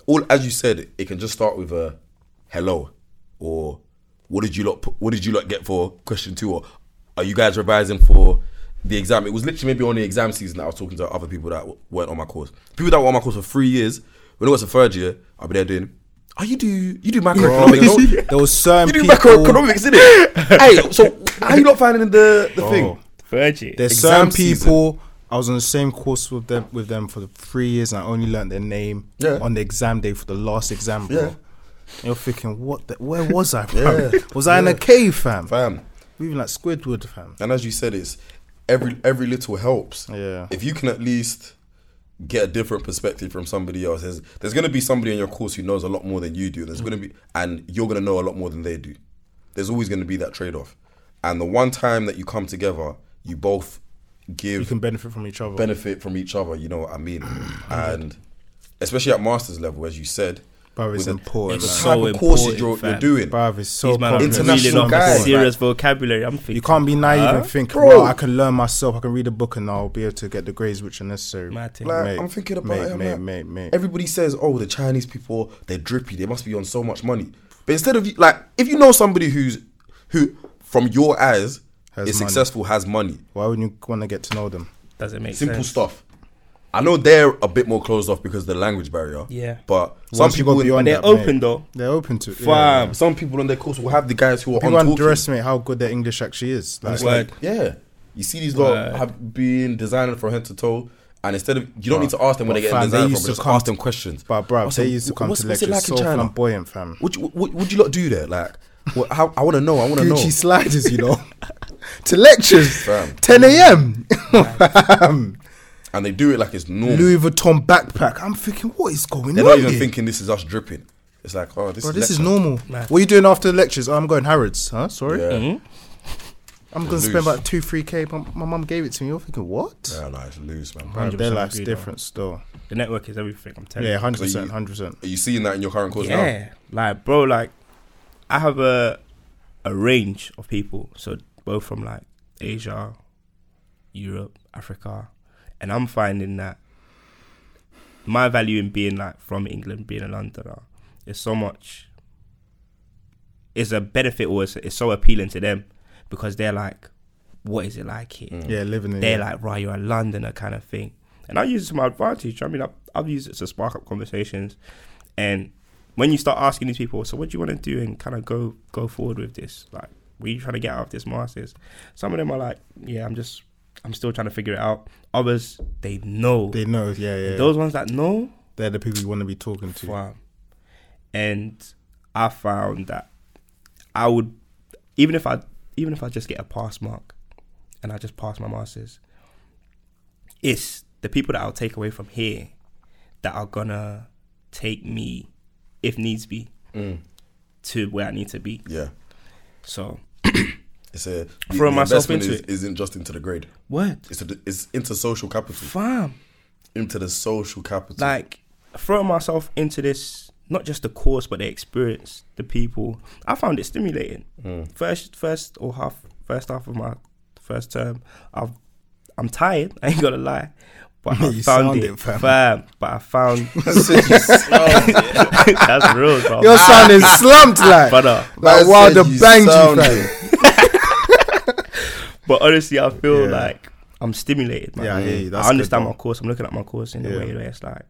Speaker 3: all? As you said, it can just start with a hello, or what did you lot? pu- What did you lot get for question two? Or are you guys revising for the exam? It was literally maybe on the exam season that I was talking to other people that w- weren't on my course. People that were on my course for three years. When it was the third year, I'll be there doing. Oh, you do you do
Speaker 2: Bro, there
Speaker 3: macroeconomics?
Speaker 2: was-
Speaker 3: don't-
Speaker 2: there was certain
Speaker 3: you do
Speaker 2: people.
Speaker 3: macroeconomics, isn't it? hey, so how you not finding the the
Speaker 2: Bro,
Speaker 3: thing?
Speaker 1: Virgin.
Speaker 2: Oh. There's
Speaker 3: Exam
Speaker 2: certain
Speaker 3: season.
Speaker 2: people. I was on the same course with them with them for the three years, and I only learned their name
Speaker 3: Yeah.
Speaker 2: on the exam day for the last exam, bro.
Speaker 3: Yeah.
Speaker 2: And you're thinking, what? The, where was I? Fam?
Speaker 3: Yeah.
Speaker 2: Was I in a cave, fam?
Speaker 3: Fam,
Speaker 2: Even like Squidward, fam.
Speaker 3: and as you said, it's every every little helps.
Speaker 2: Yeah.
Speaker 3: If you can at least get a different perspective from somebody else, there's there's gonna be somebody in your course who knows a lot more than you do. There's gonna be and you're gonna know a lot more than they do. There's always gonna be that trade off. And the one time that you come together, you both give
Speaker 2: You can benefit from each other.
Speaker 3: benefit from each other. You know what I mean? and especially at masters level, as you said,
Speaker 2: Bruv, it's
Speaker 3: with the-
Speaker 2: important.
Speaker 3: the
Speaker 2: man.
Speaker 1: It's
Speaker 3: type
Speaker 1: so
Speaker 3: of courses
Speaker 1: important,
Speaker 3: you're, you're
Speaker 1: fam.
Speaker 3: doing.
Speaker 2: Bruv, it's so
Speaker 1: These man are
Speaker 2: complicated.
Speaker 3: international
Speaker 1: reeling off
Speaker 3: guy.
Speaker 1: a serious vocabulary. I'm thinking.
Speaker 2: You can't be naive
Speaker 1: Huh?
Speaker 2: and think,
Speaker 3: Bro.
Speaker 2: well, I can learn myself. I can read a book and I'll be able to get the grades which are necessary.
Speaker 1: Mad thing.
Speaker 3: Like, I'm thinking about
Speaker 2: mate,
Speaker 3: it. I'm
Speaker 2: Mate,
Speaker 3: like,
Speaker 2: mate, mate.
Speaker 3: Everybody says, "Oh, the Chinese people, they're drippy. They must be on so much money." But instead of you- like, if you know somebody who's who, from your eyes,
Speaker 2: Has
Speaker 3: is
Speaker 2: money.
Speaker 3: successful, has money,
Speaker 2: Why wouldn't you want to get to know them?
Speaker 1: Doesn't make
Speaker 3: simple
Speaker 1: sense.
Speaker 3: stuff. I know they're a bit more closed off because of the language barrier.
Speaker 1: Yeah.
Speaker 3: but some
Speaker 2: Once you go
Speaker 3: people, in-
Speaker 2: beyond
Speaker 1: They're
Speaker 2: that,
Speaker 1: open
Speaker 2: mate,
Speaker 1: though.
Speaker 2: They're open to it.
Speaker 1: Fam.
Speaker 2: Yeah.
Speaker 3: some people on their course will have the guys who are
Speaker 2: People
Speaker 3: on talking.
Speaker 2: underestimate how good their English actually is. Like,
Speaker 3: It's like,
Speaker 1: Word.
Speaker 3: yeah, you see these lot
Speaker 1: Word.
Speaker 3: have been designed from head to toe, and instead of you don't need to ask them
Speaker 2: But
Speaker 3: where they get
Speaker 2: fam, they
Speaker 3: designed
Speaker 2: used
Speaker 3: from,
Speaker 2: to
Speaker 3: but just
Speaker 2: come
Speaker 3: ask
Speaker 2: to-
Speaker 3: them questions.
Speaker 2: but bruv,
Speaker 3: Also,
Speaker 2: they used to
Speaker 3: wh-
Speaker 2: come
Speaker 3: what's-
Speaker 2: to
Speaker 3: what's it
Speaker 2: lectures
Speaker 3: like
Speaker 2: so
Speaker 3: in China?
Speaker 2: flamboyant, fam.
Speaker 3: What you, what, what you lot do there? Like, what, how, I want to know. I want to know.
Speaker 2: Gucci sliders, you know, to lectures,
Speaker 3: Fam.
Speaker 2: 10 a.m. Fam.
Speaker 3: And they do it like it's normal.
Speaker 2: Louis Vuitton backpack. I'm thinking, what is going
Speaker 3: They're
Speaker 2: on?
Speaker 3: not even
Speaker 2: here?
Speaker 3: thinking this is us dripping. It's like, oh, this
Speaker 2: Bro,
Speaker 3: is
Speaker 2: this is
Speaker 3: lecture.
Speaker 2: normal.
Speaker 1: Nah.
Speaker 2: What are you doing after the lectures? Oh, I'm going Harrods. Huh? Sorry.
Speaker 3: Yeah.
Speaker 1: Mm-hmm.
Speaker 2: I'm gonna
Speaker 3: Loose.
Speaker 2: spend about two, three k. My, my mum gave it to me. You're thinking what?
Speaker 3: Yeah, no, it's loose, man.
Speaker 2: Bro, their
Speaker 1: 100%
Speaker 2: life's
Speaker 1: agree, though.
Speaker 2: different still.
Speaker 1: The network is everything. I'm telling
Speaker 2: Yeah,
Speaker 1: you.
Speaker 2: hundred
Speaker 3: So you-
Speaker 2: percent, hundred percent.
Speaker 3: Are you seeing that in your current course now?
Speaker 1: Yeah, like bro, like I have a a range of people, so both from like Asia, Europe, Africa, and I'm finding that my value in being like from England, being a Londoner, is so much. It's a benefit, or it's, it's so appealing to them because they're like, "What is it like here?"
Speaker 2: Yeah, living in.
Speaker 1: they're
Speaker 2: yeah.
Speaker 1: like, right, you're a Londoner kind of thing. And I use it to my advantage. I mean, I've, I've used it to spark up conversations. And when you start asking these people, so what do you want to do and kind of go go forward with this? Like, what are you trying to get out of this masters? Some of them are like, yeah, I'm just, I'm still trying to figure it out. Others, they know.
Speaker 2: they know. Yeah, yeah.
Speaker 1: Those ones that know,
Speaker 2: They're the people you want to be talking to.
Speaker 1: Wow. And I found that I would even if I even if I just get a pass mark and I just pass my masters, it's the people that I'll take away from here that are gonna take me, if needs be, to where I need to be.
Speaker 3: Yeah.
Speaker 1: So
Speaker 3: It's a the,
Speaker 1: Throw
Speaker 3: the
Speaker 1: myself
Speaker 3: investment
Speaker 1: into
Speaker 3: is,
Speaker 1: it.
Speaker 3: isn't just into the grade.
Speaker 1: what?
Speaker 3: It's a, it's into social capital.
Speaker 1: Fam.
Speaker 3: Into the social capital.
Speaker 1: like throwing myself into this not just the course but the experience the people i found it stimulating
Speaker 2: Mm.
Speaker 1: first first or half first half of my first term i've i'm tired i ain't gonna lie but I
Speaker 2: You
Speaker 1: found
Speaker 2: sound
Speaker 1: it,
Speaker 2: it, fam.
Speaker 1: fam. But I found
Speaker 3: Like,
Speaker 1: that's real, bro. Ah,
Speaker 2: You're sounding slumped like.
Speaker 1: Brother.
Speaker 2: Like
Speaker 3: I
Speaker 2: wow,
Speaker 3: said
Speaker 2: the
Speaker 3: you
Speaker 2: banged
Speaker 3: sound
Speaker 2: you, fam.
Speaker 3: it.
Speaker 1: But honestly, I feel
Speaker 2: Yeah.
Speaker 1: like I'm stimulated. Man.
Speaker 2: Yeah, I hear you. That's
Speaker 1: I understand
Speaker 2: good,
Speaker 1: my course. I'm looking at my course in a
Speaker 2: Yeah.
Speaker 1: way where it's like,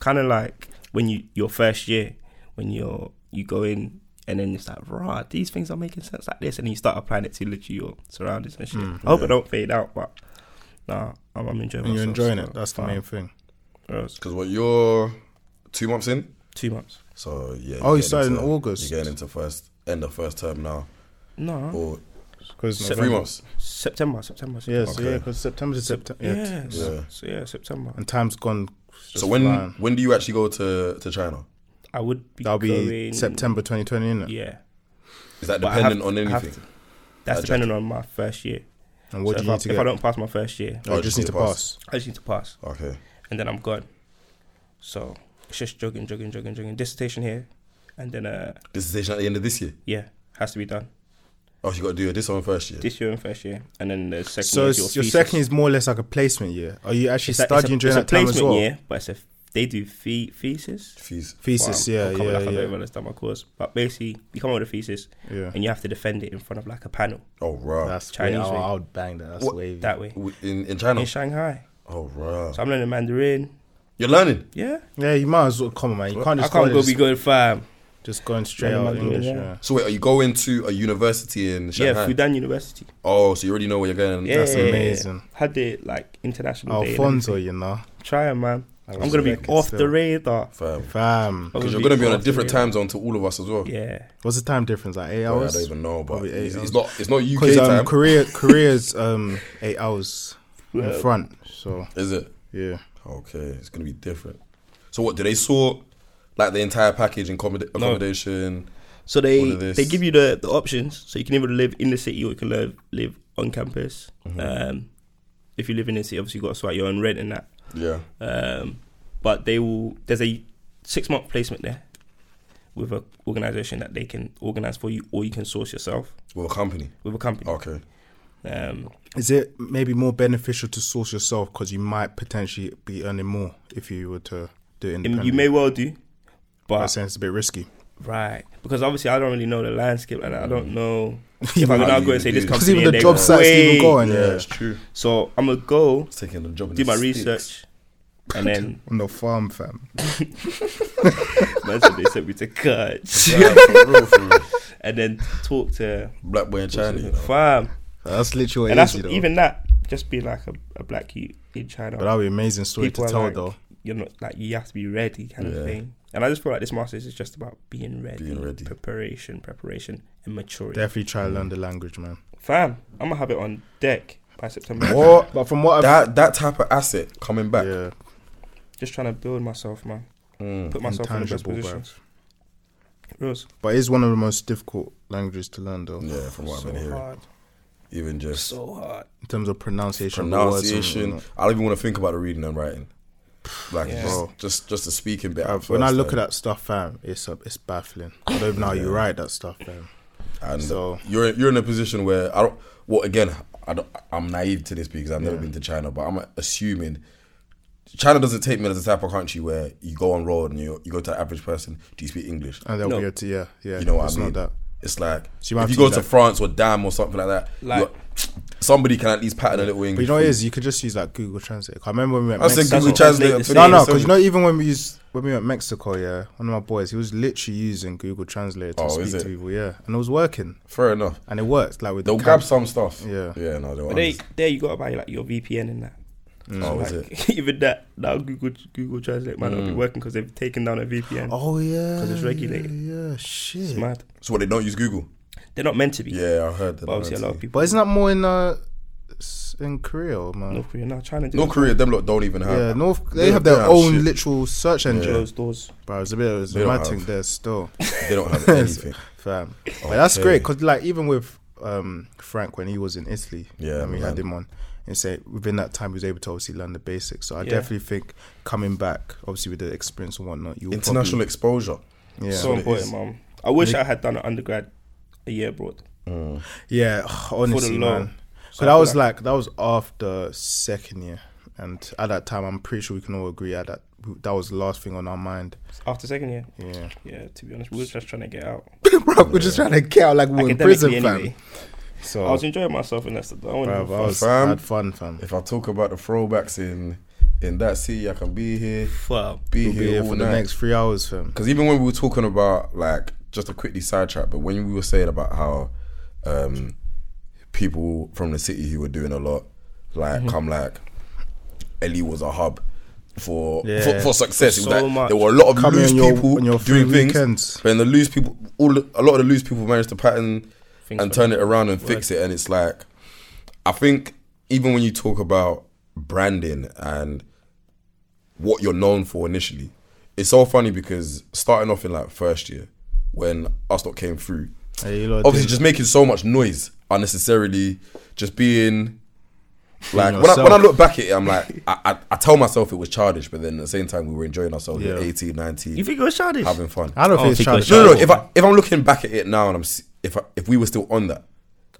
Speaker 1: kind of like when you your first year when you're you go in and then it's like, rah, these things are making sense like this, and you start applying it to literally your surroundings and shit. I hope I don't fade out, but nah, I'm, I'm enjoying.
Speaker 2: Mm, And you're
Speaker 1: myself,
Speaker 2: enjoying
Speaker 1: so
Speaker 2: it. That's the
Speaker 1: far.
Speaker 2: main thing.
Speaker 1: Yeah, it's
Speaker 3: Because what you're two months in,
Speaker 1: Two months.
Speaker 3: so yeah.
Speaker 2: Oh, you
Speaker 3: you're getting
Speaker 2: started in
Speaker 3: into-
Speaker 2: August.
Speaker 3: You're getting into first end of first term now,
Speaker 1: No,
Speaker 3: or
Speaker 2: Because
Speaker 1: Sep-
Speaker 3: three months.
Speaker 1: September, September. September.
Speaker 2: Yeah, so yeah,
Speaker 3: Okay.
Speaker 2: because September to September.
Speaker 1: Yeah,
Speaker 2: Yeah.
Speaker 1: so-
Speaker 3: Yeah.
Speaker 1: So yeah, September.
Speaker 2: And time's gone.
Speaker 3: So when when do you actually go to to China?
Speaker 1: I would be
Speaker 2: that'll be
Speaker 1: going,
Speaker 2: September 2020, innit?
Speaker 1: Yeah,
Speaker 3: Is that
Speaker 1: But I have-
Speaker 3: dependent on
Speaker 1: I have
Speaker 3: anything?
Speaker 1: to- that's
Speaker 3: Adjust.
Speaker 1: depending on my first year.
Speaker 2: And what
Speaker 1: So
Speaker 2: do
Speaker 1: if,
Speaker 2: you
Speaker 1: I,
Speaker 2: need to
Speaker 1: if
Speaker 2: get?
Speaker 1: I don't pass my first year,
Speaker 2: oh, you just need to pass.
Speaker 1: I just need to pass,
Speaker 3: Okay.
Speaker 1: and then I'm gone. So it's just jogging, jogging, jogging, jogging. Dissertation here, and then uh,
Speaker 3: Dissertation at the end of this year.
Speaker 1: yeah, has to be done
Speaker 3: Oh, so you got to do this on first year.
Speaker 1: this year and first year, and then the second.
Speaker 2: So
Speaker 1: year
Speaker 2: it's,
Speaker 1: is
Speaker 2: your
Speaker 1: thesis.
Speaker 2: second is more or less like a placement year. Are you actually
Speaker 1: It's like- it's a-
Speaker 2: studying
Speaker 1: it's
Speaker 2: during
Speaker 1: a
Speaker 2: that time as
Speaker 1: placement
Speaker 2: well?
Speaker 1: year, but it's a they do the- thesis.
Speaker 3: Fees.
Speaker 2: Thesis,
Speaker 1: Wow,
Speaker 2: yeah,
Speaker 1: I'm coming
Speaker 2: yeah,
Speaker 1: up, I don't
Speaker 2: yeah,
Speaker 1: even understand my course, but basically you come up with a thesis
Speaker 2: yeah.
Speaker 1: and you have to defend it in front of like a panel
Speaker 3: Oh, rah.
Speaker 2: That's
Speaker 1: Chinese
Speaker 2: Chinese.
Speaker 1: way.
Speaker 2: I would bang that. That's
Speaker 3: What-
Speaker 2: wavy.
Speaker 1: that way
Speaker 3: W- in in China.
Speaker 1: in Shanghai.
Speaker 3: Oh, rah.
Speaker 1: So I'm learning Mandarin.
Speaker 3: You're learning.
Speaker 1: Yeah,
Speaker 2: yeah, you might as well come on, man. You can't
Speaker 1: I
Speaker 2: just
Speaker 1: can't
Speaker 2: go,
Speaker 1: go
Speaker 2: just,
Speaker 1: be good fam.
Speaker 2: just going straight
Speaker 1: Yeah,
Speaker 2: out
Speaker 1: man,
Speaker 2: English.
Speaker 1: yeah.
Speaker 2: Yeah.
Speaker 3: So wait, are you going to a university in Shanghai?
Speaker 1: Yeah, Fudan University.
Speaker 3: Oh, so you already know where you're going.
Speaker 1: Yeah,
Speaker 2: That's Oh,
Speaker 1: yeah, yeah, yeah.
Speaker 2: amazing.
Speaker 1: Had the like international day. and
Speaker 2: Alfonso, you know,
Speaker 1: Try it, man. I'm gonna be off the radar.
Speaker 3: Fam.
Speaker 2: Fam,
Speaker 1: I'm gonna
Speaker 3: Because you're gonna be on a
Speaker 1: off the
Speaker 3: different
Speaker 1: radar.
Speaker 3: time zone to all of us as well.
Speaker 1: Yeah,
Speaker 2: what's the time difference? Like eight
Speaker 3: Well, I
Speaker 2: hours.
Speaker 3: don't even know, but
Speaker 2: Probably eight
Speaker 3: it's, it's not it's not UK
Speaker 2: Because um,
Speaker 3: time,
Speaker 2: Korea, Korea's um, eight hours in
Speaker 1: Yeah.
Speaker 2: front. So
Speaker 3: is it?
Speaker 2: yeah,
Speaker 3: Okay, it's gonna be different. So what do they sort? Like the entire package, in accommoda- accommodation.
Speaker 1: so
Speaker 3: All
Speaker 1: they
Speaker 3: of this.
Speaker 1: they give you the, the options, so you can either live in the city or you can live live on campus. Um, if you live in the city, obviously you got to sort out your own rent and that.
Speaker 3: Yeah.
Speaker 1: Um, but they will. There's a six month placement there with a organization that they can organize for you, or you can source yourself
Speaker 3: With a company.
Speaker 1: with a company.
Speaker 3: Okay.
Speaker 1: Um,
Speaker 2: is it maybe more beneficial to source yourself because you might potentially be earning more if you were to do it
Speaker 1: and
Speaker 2: independently?
Speaker 1: you may well do,
Speaker 2: That
Speaker 1: but
Speaker 2: sounds a bit risky.
Speaker 1: right because obviously I don't really know the landscape and I don't know if
Speaker 3: Mm. might
Speaker 1: I'm now
Speaker 3: be,
Speaker 1: going to say this
Speaker 3: dude.
Speaker 1: company.
Speaker 2: Because even
Speaker 1: and
Speaker 2: the
Speaker 1: they
Speaker 2: job
Speaker 1: go,
Speaker 2: sites
Speaker 1: "Wait."
Speaker 2: even going.
Speaker 3: yeah,
Speaker 2: Yeah.
Speaker 3: it's true.
Speaker 1: So I'm gonna go
Speaker 3: It's taking the job. and
Speaker 1: do
Speaker 3: it
Speaker 1: my
Speaker 3: stinks.
Speaker 1: research, and then
Speaker 2: On the farm, fam.
Speaker 1: that's what they sent me to cut,
Speaker 3: Yeah, for real, for real.
Speaker 1: and then talk to
Speaker 3: Black boy in China. You know.
Speaker 1: fam,
Speaker 2: That's literally
Speaker 1: and that's
Speaker 2: what it is, you know.
Speaker 1: even that just be like a, a black you in China.
Speaker 2: but that would be an amazing story
Speaker 1: people
Speaker 2: to
Speaker 1: are
Speaker 2: tell,
Speaker 1: like-
Speaker 2: though.
Speaker 1: you're not like you have to be ready kind
Speaker 3: Yeah.
Speaker 1: of thing. And I just feel like this masters is just about being ready,
Speaker 3: Being ready.
Speaker 1: preparation, preparation, and maturity.
Speaker 2: Definitely try to learn the language, man.
Speaker 1: Fam, I'm gonna have it on deck by September.
Speaker 3: What?
Speaker 2: But from what I've
Speaker 3: That that type of asset coming back.
Speaker 2: yeah,
Speaker 1: Just trying to build myself, man.
Speaker 3: Mm.
Speaker 1: Put myself in the best
Speaker 2: intangible,
Speaker 1: position.
Speaker 2: bruv.
Speaker 1: Rules.
Speaker 2: But it's one of the most difficult languages to learn, though.
Speaker 3: Yeah, from what I've
Speaker 1: So
Speaker 3: been hearing,
Speaker 1: hard.
Speaker 3: even just
Speaker 1: So hard.
Speaker 2: In terms of pronunciation, of words and
Speaker 3: pronunciation.
Speaker 2: whatnot.
Speaker 3: I don't even want to think about the reading and writing. Like
Speaker 1: Yeah.
Speaker 3: just,
Speaker 2: Bro.
Speaker 3: just just the speaking bit. at
Speaker 2: when I
Speaker 3: first,
Speaker 2: look
Speaker 3: like,
Speaker 2: at that stuff, fam, it's uh, it's baffling. I don't even know how you write that stuff, fam.
Speaker 3: And
Speaker 2: So-
Speaker 3: you're you're in a position where I don't. Well, again, I don't, I'm naive to this because I've never been to China, but I'm assuming China doesn't take me as the type of country where you go on road and you you go to the average person. Do you speak English?
Speaker 2: And they'll
Speaker 1: No.
Speaker 2: be able to, yeah, yeah.
Speaker 3: You know what
Speaker 2: it's
Speaker 3: I mean?
Speaker 2: Not that.
Speaker 3: It's like
Speaker 2: So you might have
Speaker 3: if you
Speaker 2: to
Speaker 3: go
Speaker 2: use
Speaker 3: to
Speaker 2: that-
Speaker 3: France or Dam or something like that,
Speaker 1: Like-
Speaker 3: you're- somebody can at least pattern a little English.
Speaker 2: But you know what it
Speaker 3: for
Speaker 2: is? You could just use like Google Translate. 'Cause I remember when we went
Speaker 3: I said
Speaker 2: Mexico.
Speaker 3: Google
Speaker 1: That's what-
Speaker 3: Translate.
Speaker 1: that's
Speaker 3: for
Speaker 1: what-
Speaker 2: No,
Speaker 3: the
Speaker 2: no,
Speaker 3: service.
Speaker 2: because you know, even when we used when we went Mexico, yeah, one of my boys, he was literally using Google Translate to
Speaker 3: Oh, is
Speaker 2: speak to
Speaker 3: it?
Speaker 2: people, yeah, and it was working,
Speaker 3: fair enough.
Speaker 2: and it worked. Like with
Speaker 3: They'll
Speaker 2: the
Speaker 3: grab
Speaker 2: cam-
Speaker 3: some stuff.
Speaker 2: Yeah.
Speaker 3: yeah, no, they'll.
Speaker 1: But they, there you gotta buy like your VPN and that.
Speaker 3: oh, is it? Mm.
Speaker 1: Like, even that now Google Google Translate might not be working because they've taken down a VPN.
Speaker 2: Oh yeah,
Speaker 1: 'Cause it's regulated.
Speaker 2: Yeah, yeah, shit.
Speaker 1: It's mad.
Speaker 3: So what, they don't use Google.
Speaker 1: They're not meant to be.
Speaker 3: Yeah, I heard that.
Speaker 1: But obviously a lot of people
Speaker 2: But isn't that more in uh s- in Korea, or man?
Speaker 1: North Korea now trying to do
Speaker 3: North Korea, them lot don't even have.
Speaker 2: Yeah, North. They
Speaker 3: Uh, They-
Speaker 2: have
Speaker 3: they
Speaker 2: their
Speaker 3: have
Speaker 2: own
Speaker 3: shit.
Speaker 2: literal search engine.
Speaker 1: closed doors.
Speaker 2: Bro, it's a bit of
Speaker 3: They don't
Speaker 2: a thing
Speaker 3: have.
Speaker 2: there still,
Speaker 3: They don't have anything.
Speaker 2: fam. But that's
Speaker 3: Okay.
Speaker 2: great because like even with um Frank when he was in Italy,
Speaker 3: Yeah,
Speaker 2: and we
Speaker 3: man.
Speaker 2: had him on, and say within that time he was able to obviously learn the basics. So I
Speaker 1: Yeah.
Speaker 2: definitely think coming back, obviously with the experience and whatnot, you will
Speaker 3: International exposure.
Speaker 2: probably, yeah,
Speaker 1: so
Speaker 3: what it
Speaker 1: important,
Speaker 3: is.
Speaker 1: mom. I wish I had done an undergrad a year abroad.
Speaker 2: yeah, honestly,
Speaker 1: law.
Speaker 2: man.
Speaker 1: So
Speaker 2: So
Speaker 1: I
Speaker 2: that
Speaker 1: feel
Speaker 2: was
Speaker 1: like-
Speaker 2: like that was after second year, and at that time, I'm pretty sure we can all agree at that that was the last thing on our mind.
Speaker 1: After second year,
Speaker 2: Yeah,
Speaker 1: yeah. To be honest, we were just trying to get out.
Speaker 2: bro, we're just trying to get out like we we're in prison,
Speaker 1: Academically,
Speaker 2: fam.
Speaker 1: anyway.
Speaker 2: So
Speaker 1: I was
Speaker 3: Oh.
Speaker 1: enjoying myself in Leicester. though. I
Speaker 2: Bruv,
Speaker 1: wasn't
Speaker 2: I was
Speaker 3: Fam.
Speaker 2: I had fun, fam.
Speaker 3: If I talk about the throwbacks in in that city, I can be here,
Speaker 1: fuck.
Speaker 3: be
Speaker 2: We'll
Speaker 3: here,
Speaker 2: be here
Speaker 3: all
Speaker 2: for
Speaker 3: night.
Speaker 2: the next three hours, fam.
Speaker 3: Because even when we were talking about like just a quickly sidetrack, but when we were saying about how um, people from the city who were doing a lot, like
Speaker 2: Mm-hmm.
Speaker 3: come like, Ellie was a hub for for,
Speaker 2: Yeah.
Speaker 3: for success. It was
Speaker 1: So
Speaker 3: like,
Speaker 1: much.
Speaker 3: There were a lot of
Speaker 2: Coming
Speaker 3: loose
Speaker 2: on your-
Speaker 3: people
Speaker 2: on your free
Speaker 3: doing things,
Speaker 2: weekends.
Speaker 3: but then the loose people, all the- a lot of the loose people managed to pattern
Speaker 1: Things
Speaker 3: and
Speaker 1: for
Speaker 3: turn it around and fix it. And it's like, I think even when you talk about branding and what you're known for initially. It's so funny because starting off in like first year when us lot came through,
Speaker 2: Hey, you lot
Speaker 3: obviously
Speaker 2: did-
Speaker 3: just making so much noise unnecessarily, just being like when I,
Speaker 2: yourself.
Speaker 3: when I look back at it, I'm like I, I, I tell myself it was childish, but then at the same time we were enjoying ourselves. We were
Speaker 2: Yeah.
Speaker 3: 18, 19,
Speaker 1: You think it was childish?
Speaker 3: having fun.
Speaker 2: I don't
Speaker 1: Oh,
Speaker 2: think it's
Speaker 1: think
Speaker 2: trying
Speaker 1: it's
Speaker 2: to.
Speaker 3: No, no, no. If I if I'm looking back at it now and I'm s- if I, if we were still on that,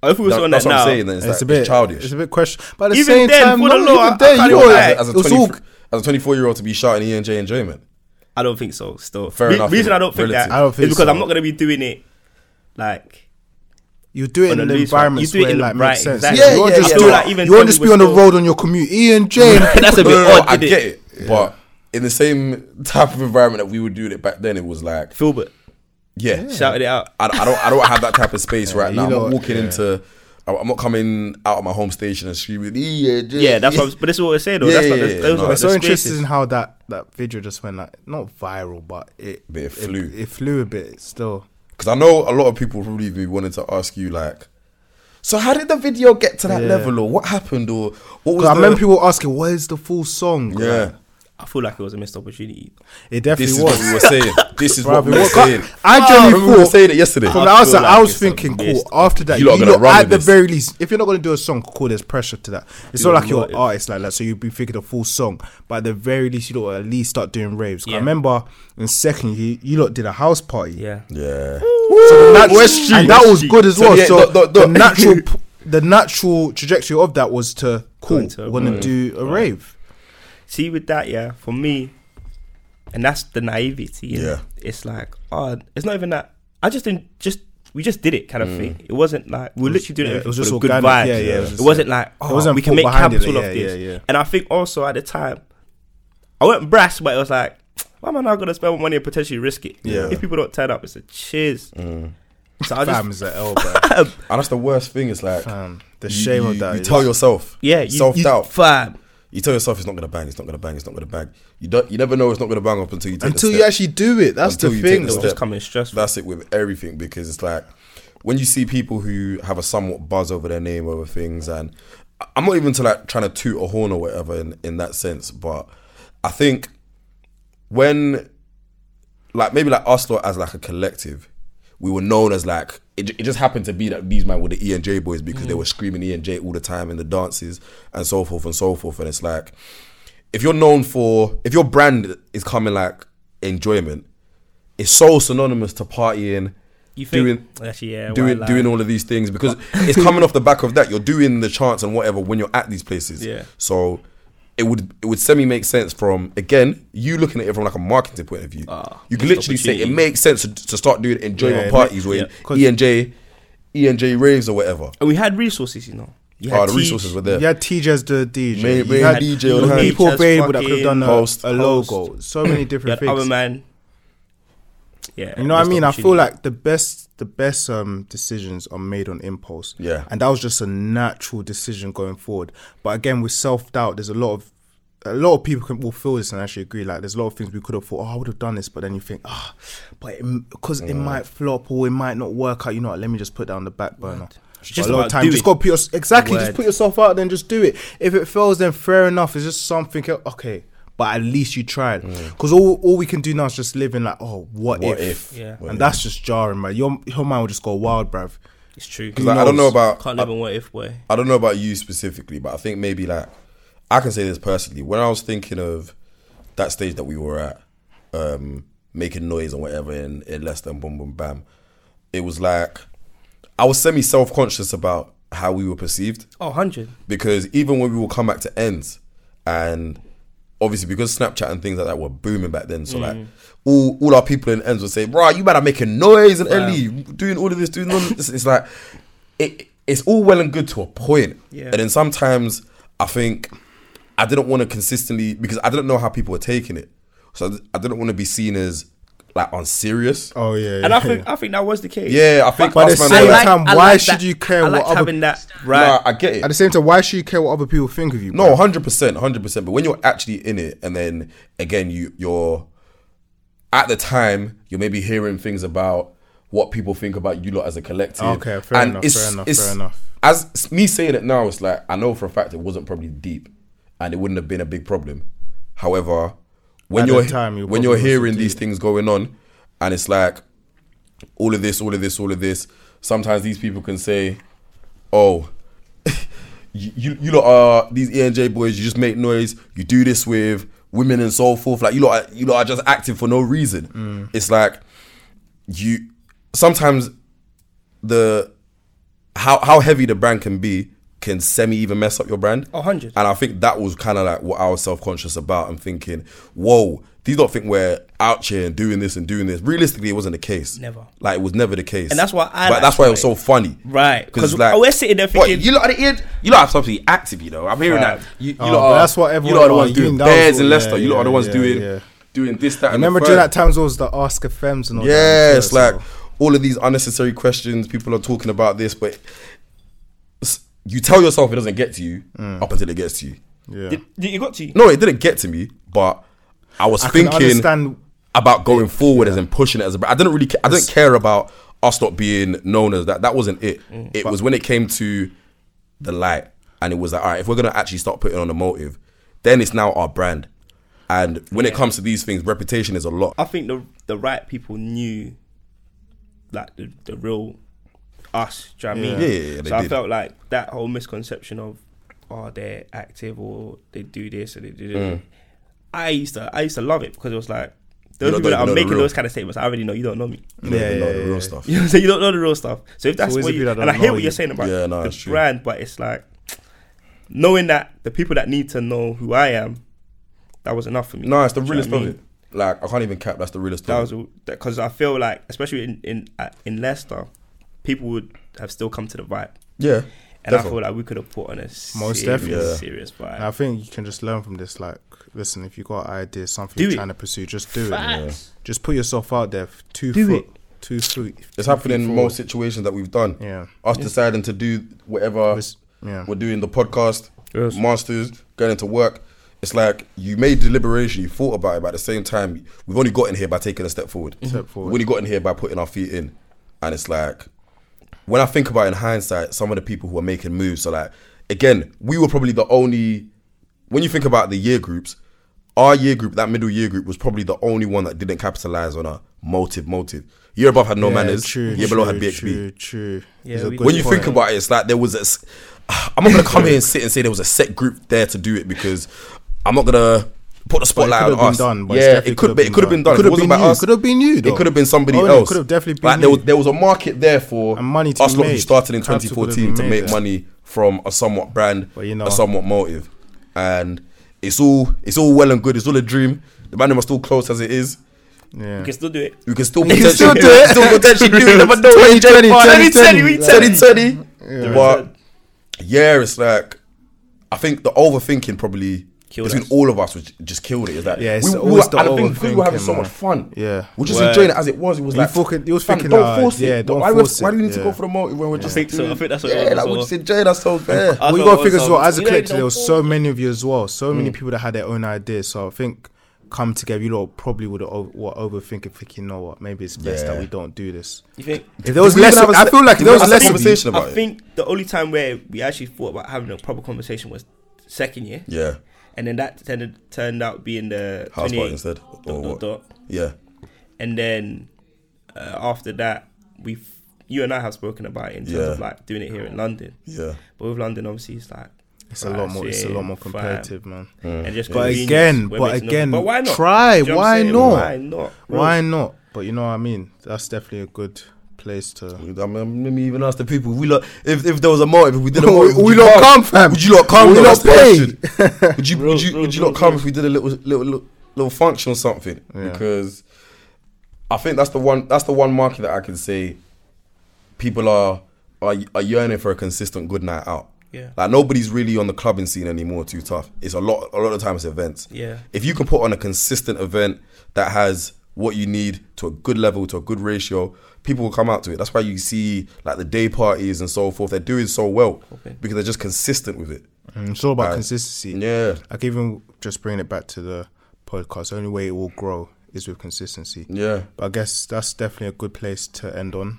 Speaker 1: Oh, if we were
Speaker 3: that-
Speaker 1: on
Speaker 3: that's
Speaker 1: that
Speaker 3: what
Speaker 1: now,
Speaker 3: I'm saying. Then it's,
Speaker 2: it's
Speaker 3: like,
Speaker 2: a bit
Speaker 3: it's childish.
Speaker 2: It's a bit question, but at the
Speaker 1: Even
Speaker 2: same
Speaker 1: then,
Speaker 2: time,
Speaker 1: for
Speaker 2: no,
Speaker 1: the law, I-
Speaker 2: even
Speaker 1: I
Speaker 2: then,
Speaker 1: can't
Speaker 2: you
Speaker 1: even
Speaker 2: know,
Speaker 1: lie.
Speaker 2: it
Speaker 3: as a
Speaker 2: was
Speaker 3: 24
Speaker 2: all
Speaker 3: as a 24 year old to be shouting E ENJ enjoyment.
Speaker 1: I don't think so. Still,
Speaker 3: Fair
Speaker 1: Re-
Speaker 3: enough,
Speaker 1: Reason
Speaker 3: yeah.
Speaker 1: I don't think
Speaker 3: Relative.
Speaker 1: that
Speaker 2: I don't think
Speaker 1: is because
Speaker 2: so.
Speaker 1: I'm not gonna be doing it like
Speaker 2: You do it
Speaker 1: On
Speaker 2: in
Speaker 1: the
Speaker 2: an
Speaker 1: loose, fam.
Speaker 2: environment
Speaker 1: You do it
Speaker 2: where
Speaker 1: in the
Speaker 2: like
Speaker 1: right,
Speaker 2: makes sense.
Speaker 1: exactly.
Speaker 2: Yeah,
Speaker 3: Yeah,
Speaker 2: you won't
Speaker 3: yeah,
Speaker 2: just
Speaker 3: yeah.
Speaker 2: do
Speaker 3: I feel
Speaker 2: it.
Speaker 1: like even
Speaker 2: you won't
Speaker 1: when
Speaker 2: just
Speaker 1: we
Speaker 2: be on the
Speaker 1: were
Speaker 2: road on your commute. E and J.
Speaker 1: that's a bit odd.
Speaker 3: I
Speaker 1: innit?
Speaker 3: get it, but in the same type of environment that we were doing it back then, it was like,
Speaker 1: Filbert
Speaker 3: yeah,
Speaker 1: shouted it out.
Speaker 3: I, I don't, I don't have that type of space right
Speaker 2: you
Speaker 3: now. I'm
Speaker 2: lot-
Speaker 3: not walking
Speaker 2: yeah.
Speaker 3: into I- I'm not coming out of my home station and screaming. "E Yeah,
Speaker 1: Yeah, that's what. I was, but this is what we're saying though.
Speaker 3: Yeah,
Speaker 1: that's what
Speaker 3: yeah,
Speaker 1: the-
Speaker 3: yeah,
Speaker 1: those
Speaker 3: no,
Speaker 1: are
Speaker 3: But
Speaker 2: It's so
Speaker 1: the spaces.
Speaker 2: interesting how that, that video just went like not viral, but it
Speaker 3: But it flew.
Speaker 2: It, flew a bit still.
Speaker 3: Because I know a lot of people probably be wanting to ask you like, so how did the video get to that
Speaker 2: Yeah.
Speaker 3: level, or what happened, or what
Speaker 2: 'Cause
Speaker 3: was
Speaker 2: I
Speaker 3: the-
Speaker 2: remember people asking, "Where's the full song?"
Speaker 3: Yeah,
Speaker 2: Like,
Speaker 1: I feel like it was a missed opportunity.
Speaker 2: it definitely
Speaker 3: this is what
Speaker 2: was.
Speaker 3: we were saying. This is
Speaker 2: Bruv,
Speaker 3: what we were
Speaker 2: it
Speaker 3: saying. Ah,
Speaker 2: was- I
Speaker 3: Remember Oh, we
Speaker 2: genuinely
Speaker 3: were
Speaker 2: thought
Speaker 3: saying it yesterday.
Speaker 2: from the
Speaker 1: I feel
Speaker 2: outside,
Speaker 1: like
Speaker 2: I was
Speaker 1: it's a
Speaker 2: thinking, cool.
Speaker 1: missed-
Speaker 2: After that,
Speaker 3: You
Speaker 2: you
Speaker 3: lot gonna
Speaker 2: lot-
Speaker 3: run
Speaker 2: at
Speaker 3: with
Speaker 2: the
Speaker 3: this.
Speaker 2: very least, if you're not going to do a song, cool. There's pressure to that. It's
Speaker 1: You're
Speaker 2: not like you're an
Speaker 1: motive.
Speaker 2: artist like that, so you'd be thinking a full song. But at the very least, you lot at least start doing raves. 'Cause
Speaker 1: Yeah.
Speaker 2: I remember in second, you you lot did a house party.
Speaker 1: Yeah.
Speaker 3: Yeah.
Speaker 2: So the nat-
Speaker 3: West Street.
Speaker 2: and that was good as
Speaker 3: So
Speaker 2: well.
Speaker 3: yeah,
Speaker 2: so
Speaker 3: no, no,
Speaker 2: the
Speaker 3: no.
Speaker 2: natural, p- the natural trajectory of that was to
Speaker 1: Go
Speaker 2: cool.
Speaker 1: into a
Speaker 2: We're gonna
Speaker 1: rave.
Speaker 2: do a rave.
Speaker 1: See with that, yeah, for me, and that's the naivety. Yeah.
Speaker 3: Yeah.
Speaker 1: It's like, oh, it's not even that. I just didn't just. We just did it, kind of thing. It wasn't like we were literally doing
Speaker 2: yeah,
Speaker 1: it. It was just
Speaker 2: all
Speaker 1: good
Speaker 2: organic.
Speaker 1: vibes.
Speaker 2: Yeah, yeah, it
Speaker 1: It,
Speaker 2: was just-
Speaker 1: was not like oh,
Speaker 2: wasn't
Speaker 1: we can
Speaker 2: thought
Speaker 1: make
Speaker 2: behind it,
Speaker 1: capital
Speaker 2: yeah,
Speaker 1: of this.
Speaker 2: yeah, yeah.
Speaker 1: And I think also at the time, I went brass, but it was like, why am I not gonna spend my money and potentially risk it?
Speaker 3: Yeah.
Speaker 1: If people don't turn up, it's a cheers. So I just
Speaker 2: Fam is at elbow.
Speaker 3: And that's the worst thing. It's like
Speaker 2: Fam, Um, the
Speaker 3: you-
Speaker 2: shame
Speaker 3: you,
Speaker 2: of that.
Speaker 3: You
Speaker 2: is-
Speaker 3: tell yourself.
Speaker 1: yeah, you-
Speaker 3: Self
Speaker 1: you-
Speaker 3: doubt.
Speaker 1: Fam.
Speaker 3: You tell yourself it's not gonna bang. It's not gonna bang. It's not gonna bang. You don't. You never know it's not gonna bang up until you take
Speaker 2: until
Speaker 3: the
Speaker 2: you
Speaker 3: step.
Speaker 2: actually do it. That's the
Speaker 3: Until you take
Speaker 2: thing.
Speaker 3: the
Speaker 1: It was
Speaker 2: though.
Speaker 1: just coming stressful.
Speaker 3: That's it with everything because it's like when you see people who have a somewhat buzz over their name over things, and I- I'm not even to like trying to toot a horn or whatever in, in that sense, but I think when like maybe like Arsenal as like a collective, we were known as like it, ju- it just happened to be that these men were the E and J boys because they were screaming E and J all the time in the dances and so forth and so forth, and it's like if you're known for if your brand is coming like enjoyment, it's so synonymous to partying,
Speaker 1: You think
Speaker 3: doing-
Speaker 1: actually, yeah,
Speaker 3: doing
Speaker 1: white lie.
Speaker 3: doing all of these things because it's coming off the back of that. You're doing the chants and whatever when you're at these places.
Speaker 1: Yeah.
Speaker 3: So it would it would semi make sense from again you looking at it from like a marketing point of view.
Speaker 1: Ah,
Speaker 3: you can
Speaker 1: missed
Speaker 3: literally say it
Speaker 1: opportunity.
Speaker 3: makes sense to, to start doing enjoyment
Speaker 2: Yeah, it
Speaker 3: parties
Speaker 1: yeah,
Speaker 3: with
Speaker 2: 'cause-
Speaker 3: E and J, E and J raves or whatever.
Speaker 1: And we had resources, you know. You
Speaker 3: Oh,
Speaker 1: had
Speaker 3: the
Speaker 1: Teej,
Speaker 3: resources were there.
Speaker 2: You had TJ as the DJ.
Speaker 3: May-
Speaker 2: you
Speaker 3: may
Speaker 2: had
Speaker 3: DJ on hand.
Speaker 2: people
Speaker 1: Teach as
Speaker 2: available that could have
Speaker 1: fucking
Speaker 2: done a,
Speaker 3: host,
Speaker 2: a
Speaker 1: host.
Speaker 2: logo. So many
Speaker 1: You
Speaker 2: different
Speaker 1: had other
Speaker 2: things.
Speaker 1: man. Yeah.
Speaker 2: You know what I
Speaker 1: missed
Speaker 2: mean? I feel
Speaker 1: opportunity.
Speaker 2: like the best the best um decisions are made on impulse.
Speaker 3: Yeah.
Speaker 2: And that was just a natural decision going forward. But again, with self doubt, there's a lot of a lot of people can, will feel this and actually agree. Like, there's a lot of things we could have thought. Oh, I would have done this, but then you think, ah, but because
Speaker 1: Mm.
Speaker 2: it, might flop or it might not work out. You know what? Let me just put down the back burner.
Speaker 1: Just
Speaker 2: Just a lot
Speaker 1: about
Speaker 2: of time.
Speaker 1: do
Speaker 2: Just
Speaker 1: it.
Speaker 2: got to put your, exactly. Just
Speaker 1: Word.
Speaker 2: put yourself out there and just do it. If it fails, then fair enough. It's just something. el- Okay, but at least you tried.
Speaker 1: Mm.
Speaker 2: Because all, all we can do now is just live in like, oh, what,
Speaker 3: What
Speaker 2: if?
Speaker 3: if?
Speaker 1: Yeah.
Speaker 3: What
Speaker 2: and
Speaker 3: if?
Speaker 2: that's just jarring, man. Your your mind will just go wild, bruv.
Speaker 1: it's true.
Speaker 3: 'Cause, like, I don't know about
Speaker 1: Can't live in what if way.
Speaker 3: I don't know about you specifically, but I think maybe like I can say this personally. When I was thinking of that stage that we were at, um, making noise and whatever in, in Leicester and boom boom bam, it was like I was semi self conscious about how we were perceived
Speaker 1: Oh, 100.
Speaker 3: because even when we will come back to ends and obviously because Snapchat and things like that were booming back then, so like all, all our people in ends would say, "Bro, you better making noise and Ellie doing all of this, doing all of this." It's like it, it's all well and good to a point,
Speaker 1: Yeah.
Speaker 3: and then sometimes I think I didn't want to consistently because I didn't know how people were taking it, so I d- I didn't want to be seen as like unserious.
Speaker 2: Oh yeah.
Speaker 1: And I think I think that was the case.
Speaker 3: Yeah, I think.
Speaker 2: But at
Speaker 3: us
Speaker 2: the
Speaker 3: man
Speaker 2: same
Speaker 3: were like,
Speaker 2: time,
Speaker 1: I
Speaker 2: why
Speaker 1: like
Speaker 2: should
Speaker 1: that.
Speaker 2: you care
Speaker 1: I like
Speaker 2: what other-
Speaker 1: having that right.
Speaker 3: nah, I get it.
Speaker 2: at the same time, why should you care what other people think of you?
Speaker 3: No,
Speaker 2: bruv?
Speaker 3: hundred percent, hundred percent. But when you're actually in it, and then again, you you're at the time you're maybe hearing things about what people think about you lot as a collective.
Speaker 2: Okay, fair enough, fair enough, fair enough.
Speaker 3: As s- me saying it now, it's like I know for a fact it wasn't probably deep, and it wouldn't have been a big problem. However, when
Speaker 2: At the
Speaker 3: you're
Speaker 2: time, it
Speaker 3: when
Speaker 2: probably
Speaker 3: you're
Speaker 2: wasn't
Speaker 3: hearing these
Speaker 2: deep.
Speaker 3: things going on, and it's like all of this, all of this, all of this. Sometimes these people can say, "Oh, you you, you lot are these ENJ boys. You just make noise. You do this with women and so forth. Like you lot, are, you lot are just acting for no reason.
Speaker 1: Mm.
Speaker 3: It's like you sometimes the how how heavy the brand can be can semi even mess up your brand.
Speaker 1: Oh, 100.
Speaker 3: And I think that was kind of like what I was self conscious about and thinking, whoa, these don't think we're out here and doing this and doing this. Realistically, it wasn't the case.
Speaker 1: Never.
Speaker 3: Like it was never the case.
Speaker 1: And that's why I
Speaker 3: But
Speaker 1: like
Speaker 3: that's why it was
Speaker 1: it.
Speaker 3: so funny.
Speaker 1: Right.
Speaker 3: Because
Speaker 1: 'Cause
Speaker 3: like
Speaker 1: we're sitting there
Speaker 3: "What,
Speaker 1: thinking-
Speaker 3: you lot are the end. You lot have something active, you know. I'm hearing
Speaker 1: Right.
Speaker 3: that. You, you
Speaker 2: Oh,
Speaker 3: lot
Speaker 2: but
Speaker 3: are,
Speaker 2: that's what
Speaker 3: You lot are
Speaker 2: everyone
Speaker 3: the ones
Speaker 2: like,
Speaker 3: doing
Speaker 2: you and that
Speaker 3: bears
Speaker 2: was
Speaker 3: in
Speaker 2: what-
Speaker 3: Leicester.
Speaker 2: yeah,
Speaker 3: you lot are the
Speaker 2: yeah,
Speaker 3: ones
Speaker 2: yeah,
Speaker 3: doing
Speaker 2: yeah.
Speaker 3: doing this, that, and
Speaker 2: Remember
Speaker 3: the
Speaker 2: during
Speaker 3: third.
Speaker 2: that time, it was the Ask FMs and all that.
Speaker 3: Yeah, it's
Speaker 2: so-
Speaker 3: like all of these unnecessary questions. People are talking about this, but you tell yourself it doesn't get to you
Speaker 2: Mm.
Speaker 3: up until it gets to you.
Speaker 2: Yeah.
Speaker 1: Did, did it got to you?
Speaker 3: No, it didn't get to me, but I was
Speaker 2: I can
Speaker 3: thinking
Speaker 2: understand.
Speaker 3: about going forward as in pushing it as a brand. I didn't really, ca- I didn't care about us not being known as that. That wasn't it.
Speaker 1: Mm.
Speaker 3: It was when it came to the light, and it was like, all right, if we're gonna actually start putting on a motive, then it's now our brand. And when it comes to these things, reputation is a lot.
Speaker 1: I think the the right people knew, like the, the real us. Do you know what I mean?
Speaker 3: Yeah, yeah, yeah, they
Speaker 1: so I
Speaker 3: did.
Speaker 1: felt like that whole misconception of, oh, they're active or they do this or they do
Speaker 3: Mm.
Speaker 1: this. I used to I used to love it because it was like those
Speaker 3: don't-
Speaker 1: people that
Speaker 3: you know
Speaker 1: are
Speaker 3: the
Speaker 1: making
Speaker 3: real.
Speaker 1: those kind of statements. I already know you don't know me.
Speaker 3: You know,
Speaker 2: Yeah,
Speaker 3: you know,
Speaker 2: yeah,
Speaker 3: the
Speaker 2: yeah,
Speaker 3: real
Speaker 2: yeah.
Speaker 3: stuff.
Speaker 1: You know, so you don't know the real stuff. So if that's
Speaker 2: always
Speaker 1: what
Speaker 2: the
Speaker 1: you,
Speaker 2: people that
Speaker 1: and I
Speaker 2: don't
Speaker 1: hear
Speaker 2: know
Speaker 1: what
Speaker 2: you.
Speaker 1: you're saying about
Speaker 3: Yeah, no,
Speaker 1: the
Speaker 3: it's true.
Speaker 1: brand, but it's like knowing that the people that need to know who I am, that was enough for me.
Speaker 3: No, it's the
Speaker 1: Do you know
Speaker 3: realest
Speaker 1: what I
Speaker 3: of
Speaker 1: mean?
Speaker 3: it. Like I can't even cap. That's the realest.
Speaker 1: That
Speaker 3: of it.
Speaker 1: was because I feel like, especially in in uh, in Leicester, people would have still come to the vibe,
Speaker 3: Yeah.
Speaker 1: and I
Speaker 3: Definitely.
Speaker 1: feel like we could have put on a
Speaker 2: Most
Speaker 1: serious,
Speaker 2: definitely.
Speaker 3: Yeah.
Speaker 1: serious vibe.
Speaker 2: And I think you can just learn from this. Like, listen, if you got an idea, something
Speaker 1: Do
Speaker 2: you're
Speaker 1: it.
Speaker 2: trying to pursue, just do it.
Speaker 1: Facts.
Speaker 2: Just put yourself out there. f- Two
Speaker 1: Do
Speaker 2: foot, two feet.
Speaker 3: It's
Speaker 2: two
Speaker 3: happening
Speaker 2: feet
Speaker 3: in
Speaker 2: forward.
Speaker 3: most situations that we've done.
Speaker 2: Yeah.
Speaker 3: Us deciding to do whatever
Speaker 2: It's- yeah.
Speaker 3: we're doing the podcast,
Speaker 1: Yes.
Speaker 3: masters, going into work. It's like you made deliberation, you thought about it, but at the same time, we've only gotten here by taking a step forward.
Speaker 2: Step
Speaker 3: We've
Speaker 2: forward.
Speaker 3: only gotten here by putting our feet in. And it's like, when I think about it in hindsight, some of the people who are making moves. So, like, again, we were probably the only, when you think about the year groups, our year group, that middle year group, was probably the only one that didn't capitalize on a motive, motive. Year above had no
Speaker 2: Yeah,
Speaker 3: manners,
Speaker 2: true,
Speaker 3: year below had
Speaker 2: true,
Speaker 3: BHB
Speaker 2: True, true.
Speaker 1: Yeah,
Speaker 2: It's a
Speaker 1: we-
Speaker 2: good
Speaker 3: when you
Speaker 2: point.
Speaker 3: think about it, it's like there was a. s- I'm not gonna come here and sit and say there was a set group there to do it because I'm not gonna put the spotlight
Speaker 2: could've
Speaker 3: on
Speaker 2: been
Speaker 3: us.
Speaker 2: done, but it's
Speaker 3: yeah,
Speaker 2: definitely
Speaker 3: it could, be, it could have been done. It
Speaker 2: Could've
Speaker 3: wasn't
Speaker 2: been
Speaker 3: about
Speaker 2: you,
Speaker 3: us.
Speaker 2: could've been you,
Speaker 3: It
Speaker 2: though.
Speaker 3: could have been somebody
Speaker 2: Oh, no, it
Speaker 3: else.
Speaker 2: could've definitely been
Speaker 3: like there
Speaker 2: you.
Speaker 3: was there was a market there for
Speaker 2: And money to
Speaker 3: us
Speaker 2: be
Speaker 3: lot who
Speaker 2: made.
Speaker 3: started in
Speaker 2: Capital could've
Speaker 3: 2014 to
Speaker 2: been
Speaker 3: make
Speaker 2: made.
Speaker 3: money from a somewhat brand,
Speaker 2: But you know-
Speaker 3: a somewhat motive, and it's all it's all well and good. It's all a dream. The man are still close as it is.
Speaker 1: You
Speaker 2: Yeah.
Speaker 1: can still do it.
Speaker 3: We can still
Speaker 2: You can still
Speaker 3: potentially
Speaker 2: do it.
Speaker 3: still potentially do it. Never know.
Speaker 2: 2020,
Speaker 3: Let me tell you,
Speaker 2: 2020,
Speaker 3: let me tell you.
Speaker 1: The
Speaker 3: But
Speaker 1: return.
Speaker 3: yeah, it's like I think the overthinking probably
Speaker 1: Killed
Speaker 3: between
Speaker 1: us.
Speaker 3: all of us was just killed it. It's like
Speaker 2: Yeah, it's
Speaker 3: we, we were,
Speaker 2: always
Speaker 3: and
Speaker 2: the
Speaker 3: I think because we were having so
Speaker 2: overthinking,
Speaker 3: much
Speaker 2: man.
Speaker 3: fun.
Speaker 2: Yeah.
Speaker 3: we're just
Speaker 1: Word.
Speaker 3: enjoying it as it was. It was
Speaker 2: You
Speaker 3: like
Speaker 2: fucking- you was
Speaker 3: fam,
Speaker 2: thinking,
Speaker 3: don't
Speaker 2: uh,
Speaker 3: force
Speaker 2: yeah,
Speaker 3: it.
Speaker 2: don't
Speaker 3: why,
Speaker 2: force
Speaker 3: why do we
Speaker 2: it,
Speaker 3: need to
Speaker 2: yeah.
Speaker 3: go for the motive when we're just
Speaker 1: think so. I think that's what it
Speaker 3: yeah,
Speaker 1: was as
Speaker 3: like we're
Speaker 1: well.
Speaker 3: just enjoying ourselves there.
Speaker 1: I
Speaker 2: we
Speaker 1: thought
Speaker 2: got to
Speaker 1: it
Speaker 2: figure
Speaker 1: was,
Speaker 2: as well
Speaker 1: um,
Speaker 2: as a
Speaker 1: you know, Mm.
Speaker 2: collective.
Speaker 1: you
Speaker 2: There
Speaker 1: know,
Speaker 2: was so many of you as well. So many people that had their own ideas. So I think come together, you lot probably would over, were overthinking, thinking, you know what, maybe it's best
Speaker 3: Yeah.
Speaker 2: that we don't do this.
Speaker 1: You think?
Speaker 2: If there was
Speaker 3: we even
Speaker 2: less,
Speaker 3: have a
Speaker 2: I
Speaker 3: se-
Speaker 2: feel like if
Speaker 3: did
Speaker 2: there
Speaker 3: we
Speaker 2: was
Speaker 3: have a
Speaker 2: less of you-
Speaker 3: conversation about
Speaker 1: I
Speaker 3: it?
Speaker 1: think the only time where we actually thought about having a proper conversation was second year,
Speaker 3: Yeah,
Speaker 1: and then that tended, turned out being the
Speaker 3: house party
Speaker 1: 28
Speaker 3: instead or
Speaker 1: dot, dot,
Speaker 3: what?
Speaker 1: dot.
Speaker 3: Yeah,
Speaker 1: and then uh, after that we you and I have spoken about it in terms
Speaker 3: Yeah.
Speaker 1: of like doing it here in London.
Speaker 3: yeah.
Speaker 1: But with London, obviously, it's like
Speaker 2: It's a lot more. It's a lot more competitive, man.
Speaker 3: Mm.
Speaker 1: And just
Speaker 2: But
Speaker 1: convenience,
Speaker 2: again,
Speaker 1: we're
Speaker 2: but
Speaker 1: mixing up-
Speaker 2: again,
Speaker 1: but why not?
Speaker 2: try,
Speaker 1: Do you know what
Speaker 2: why
Speaker 1: I'm saying?
Speaker 2: not?
Speaker 1: Why not? bro?
Speaker 2: Why not? But you know what I mean. That's definitely a good place to.
Speaker 3: I mean, maybe even ask the people. We lot, if, if there was a motive, if we did a motive,
Speaker 2: We-
Speaker 3: would
Speaker 2: we
Speaker 3: you
Speaker 2: lot come, fam.
Speaker 3: Would you lot come?
Speaker 2: We
Speaker 3: though?
Speaker 2: lot
Speaker 3: That's the
Speaker 2: pay.
Speaker 3: question. would you, would you,
Speaker 1: Rules,
Speaker 3: would you
Speaker 1: rules,
Speaker 3: lot come
Speaker 1: rules.
Speaker 3: if we did a little, little, little, little function or something?
Speaker 2: Yeah.
Speaker 3: Because I think that's the one. That's the one market that I can say people are are, are yearning for a consistent good night out.
Speaker 1: Yeah.
Speaker 3: Like nobody's really on the clubbing scene anymore. Too tough. It's a lot. A lot of times events.
Speaker 1: Yeah.
Speaker 3: If you can put on a consistent event that has what you need to a good level, to a good ratio, people will come out to it. That's why you see like the day parties and so forth. They're doing so well
Speaker 1: Okay.
Speaker 3: because they're just consistent with it.
Speaker 2: Mm, It's all about
Speaker 3: Right.
Speaker 2: consistency.
Speaker 3: Yeah,
Speaker 2: Like even just bringing it back to the podcast. The only way it will grow is with consistency.
Speaker 3: yeah.
Speaker 2: But I guess that's definitely a good place to end on.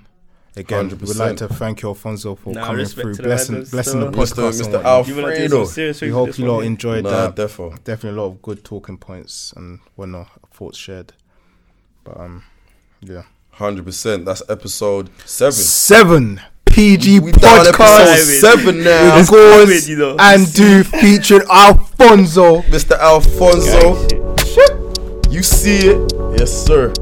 Speaker 2: Again, we would
Speaker 3: 100%.
Speaker 2: like to thank you, Alfonso, for
Speaker 1: Nah,
Speaker 2: coming
Speaker 1: respect
Speaker 2: through,
Speaker 1: to the
Speaker 2: blessing,
Speaker 1: madness,
Speaker 2: blessing the
Speaker 1: though.
Speaker 2: podcast.
Speaker 3: Mr.
Speaker 2: and whatnot.
Speaker 3: Alf.
Speaker 1: You wanna do some
Speaker 3: Fredo.
Speaker 1: serious
Speaker 2: We
Speaker 1: things
Speaker 2: hope
Speaker 1: this
Speaker 2: you lot
Speaker 1: one, yeah?
Speaker 2: enjoyed
Speaker 3: Nah,
Speaker 2: that.
Speaker 3: defo.
Speaker 2: Definitely a lot of good talking points and whatnot, thoughts shared. But um, yeah.
Speaker 3: Hundred percent. That's episode seven.
Speaker 2: Seven PG
Speaker 3: We down episode
Speaker 2: podcast.
Speaker 3: seven now,
Speaker 2: With Gores
Speaker 1: Seven, you know.
Speaker 2: and do featuring Alfonso.
Speaker 3: Mr. Alfonso.
Speaker 1: Guys, shit.
Speaker 3: You see it, yes, sir.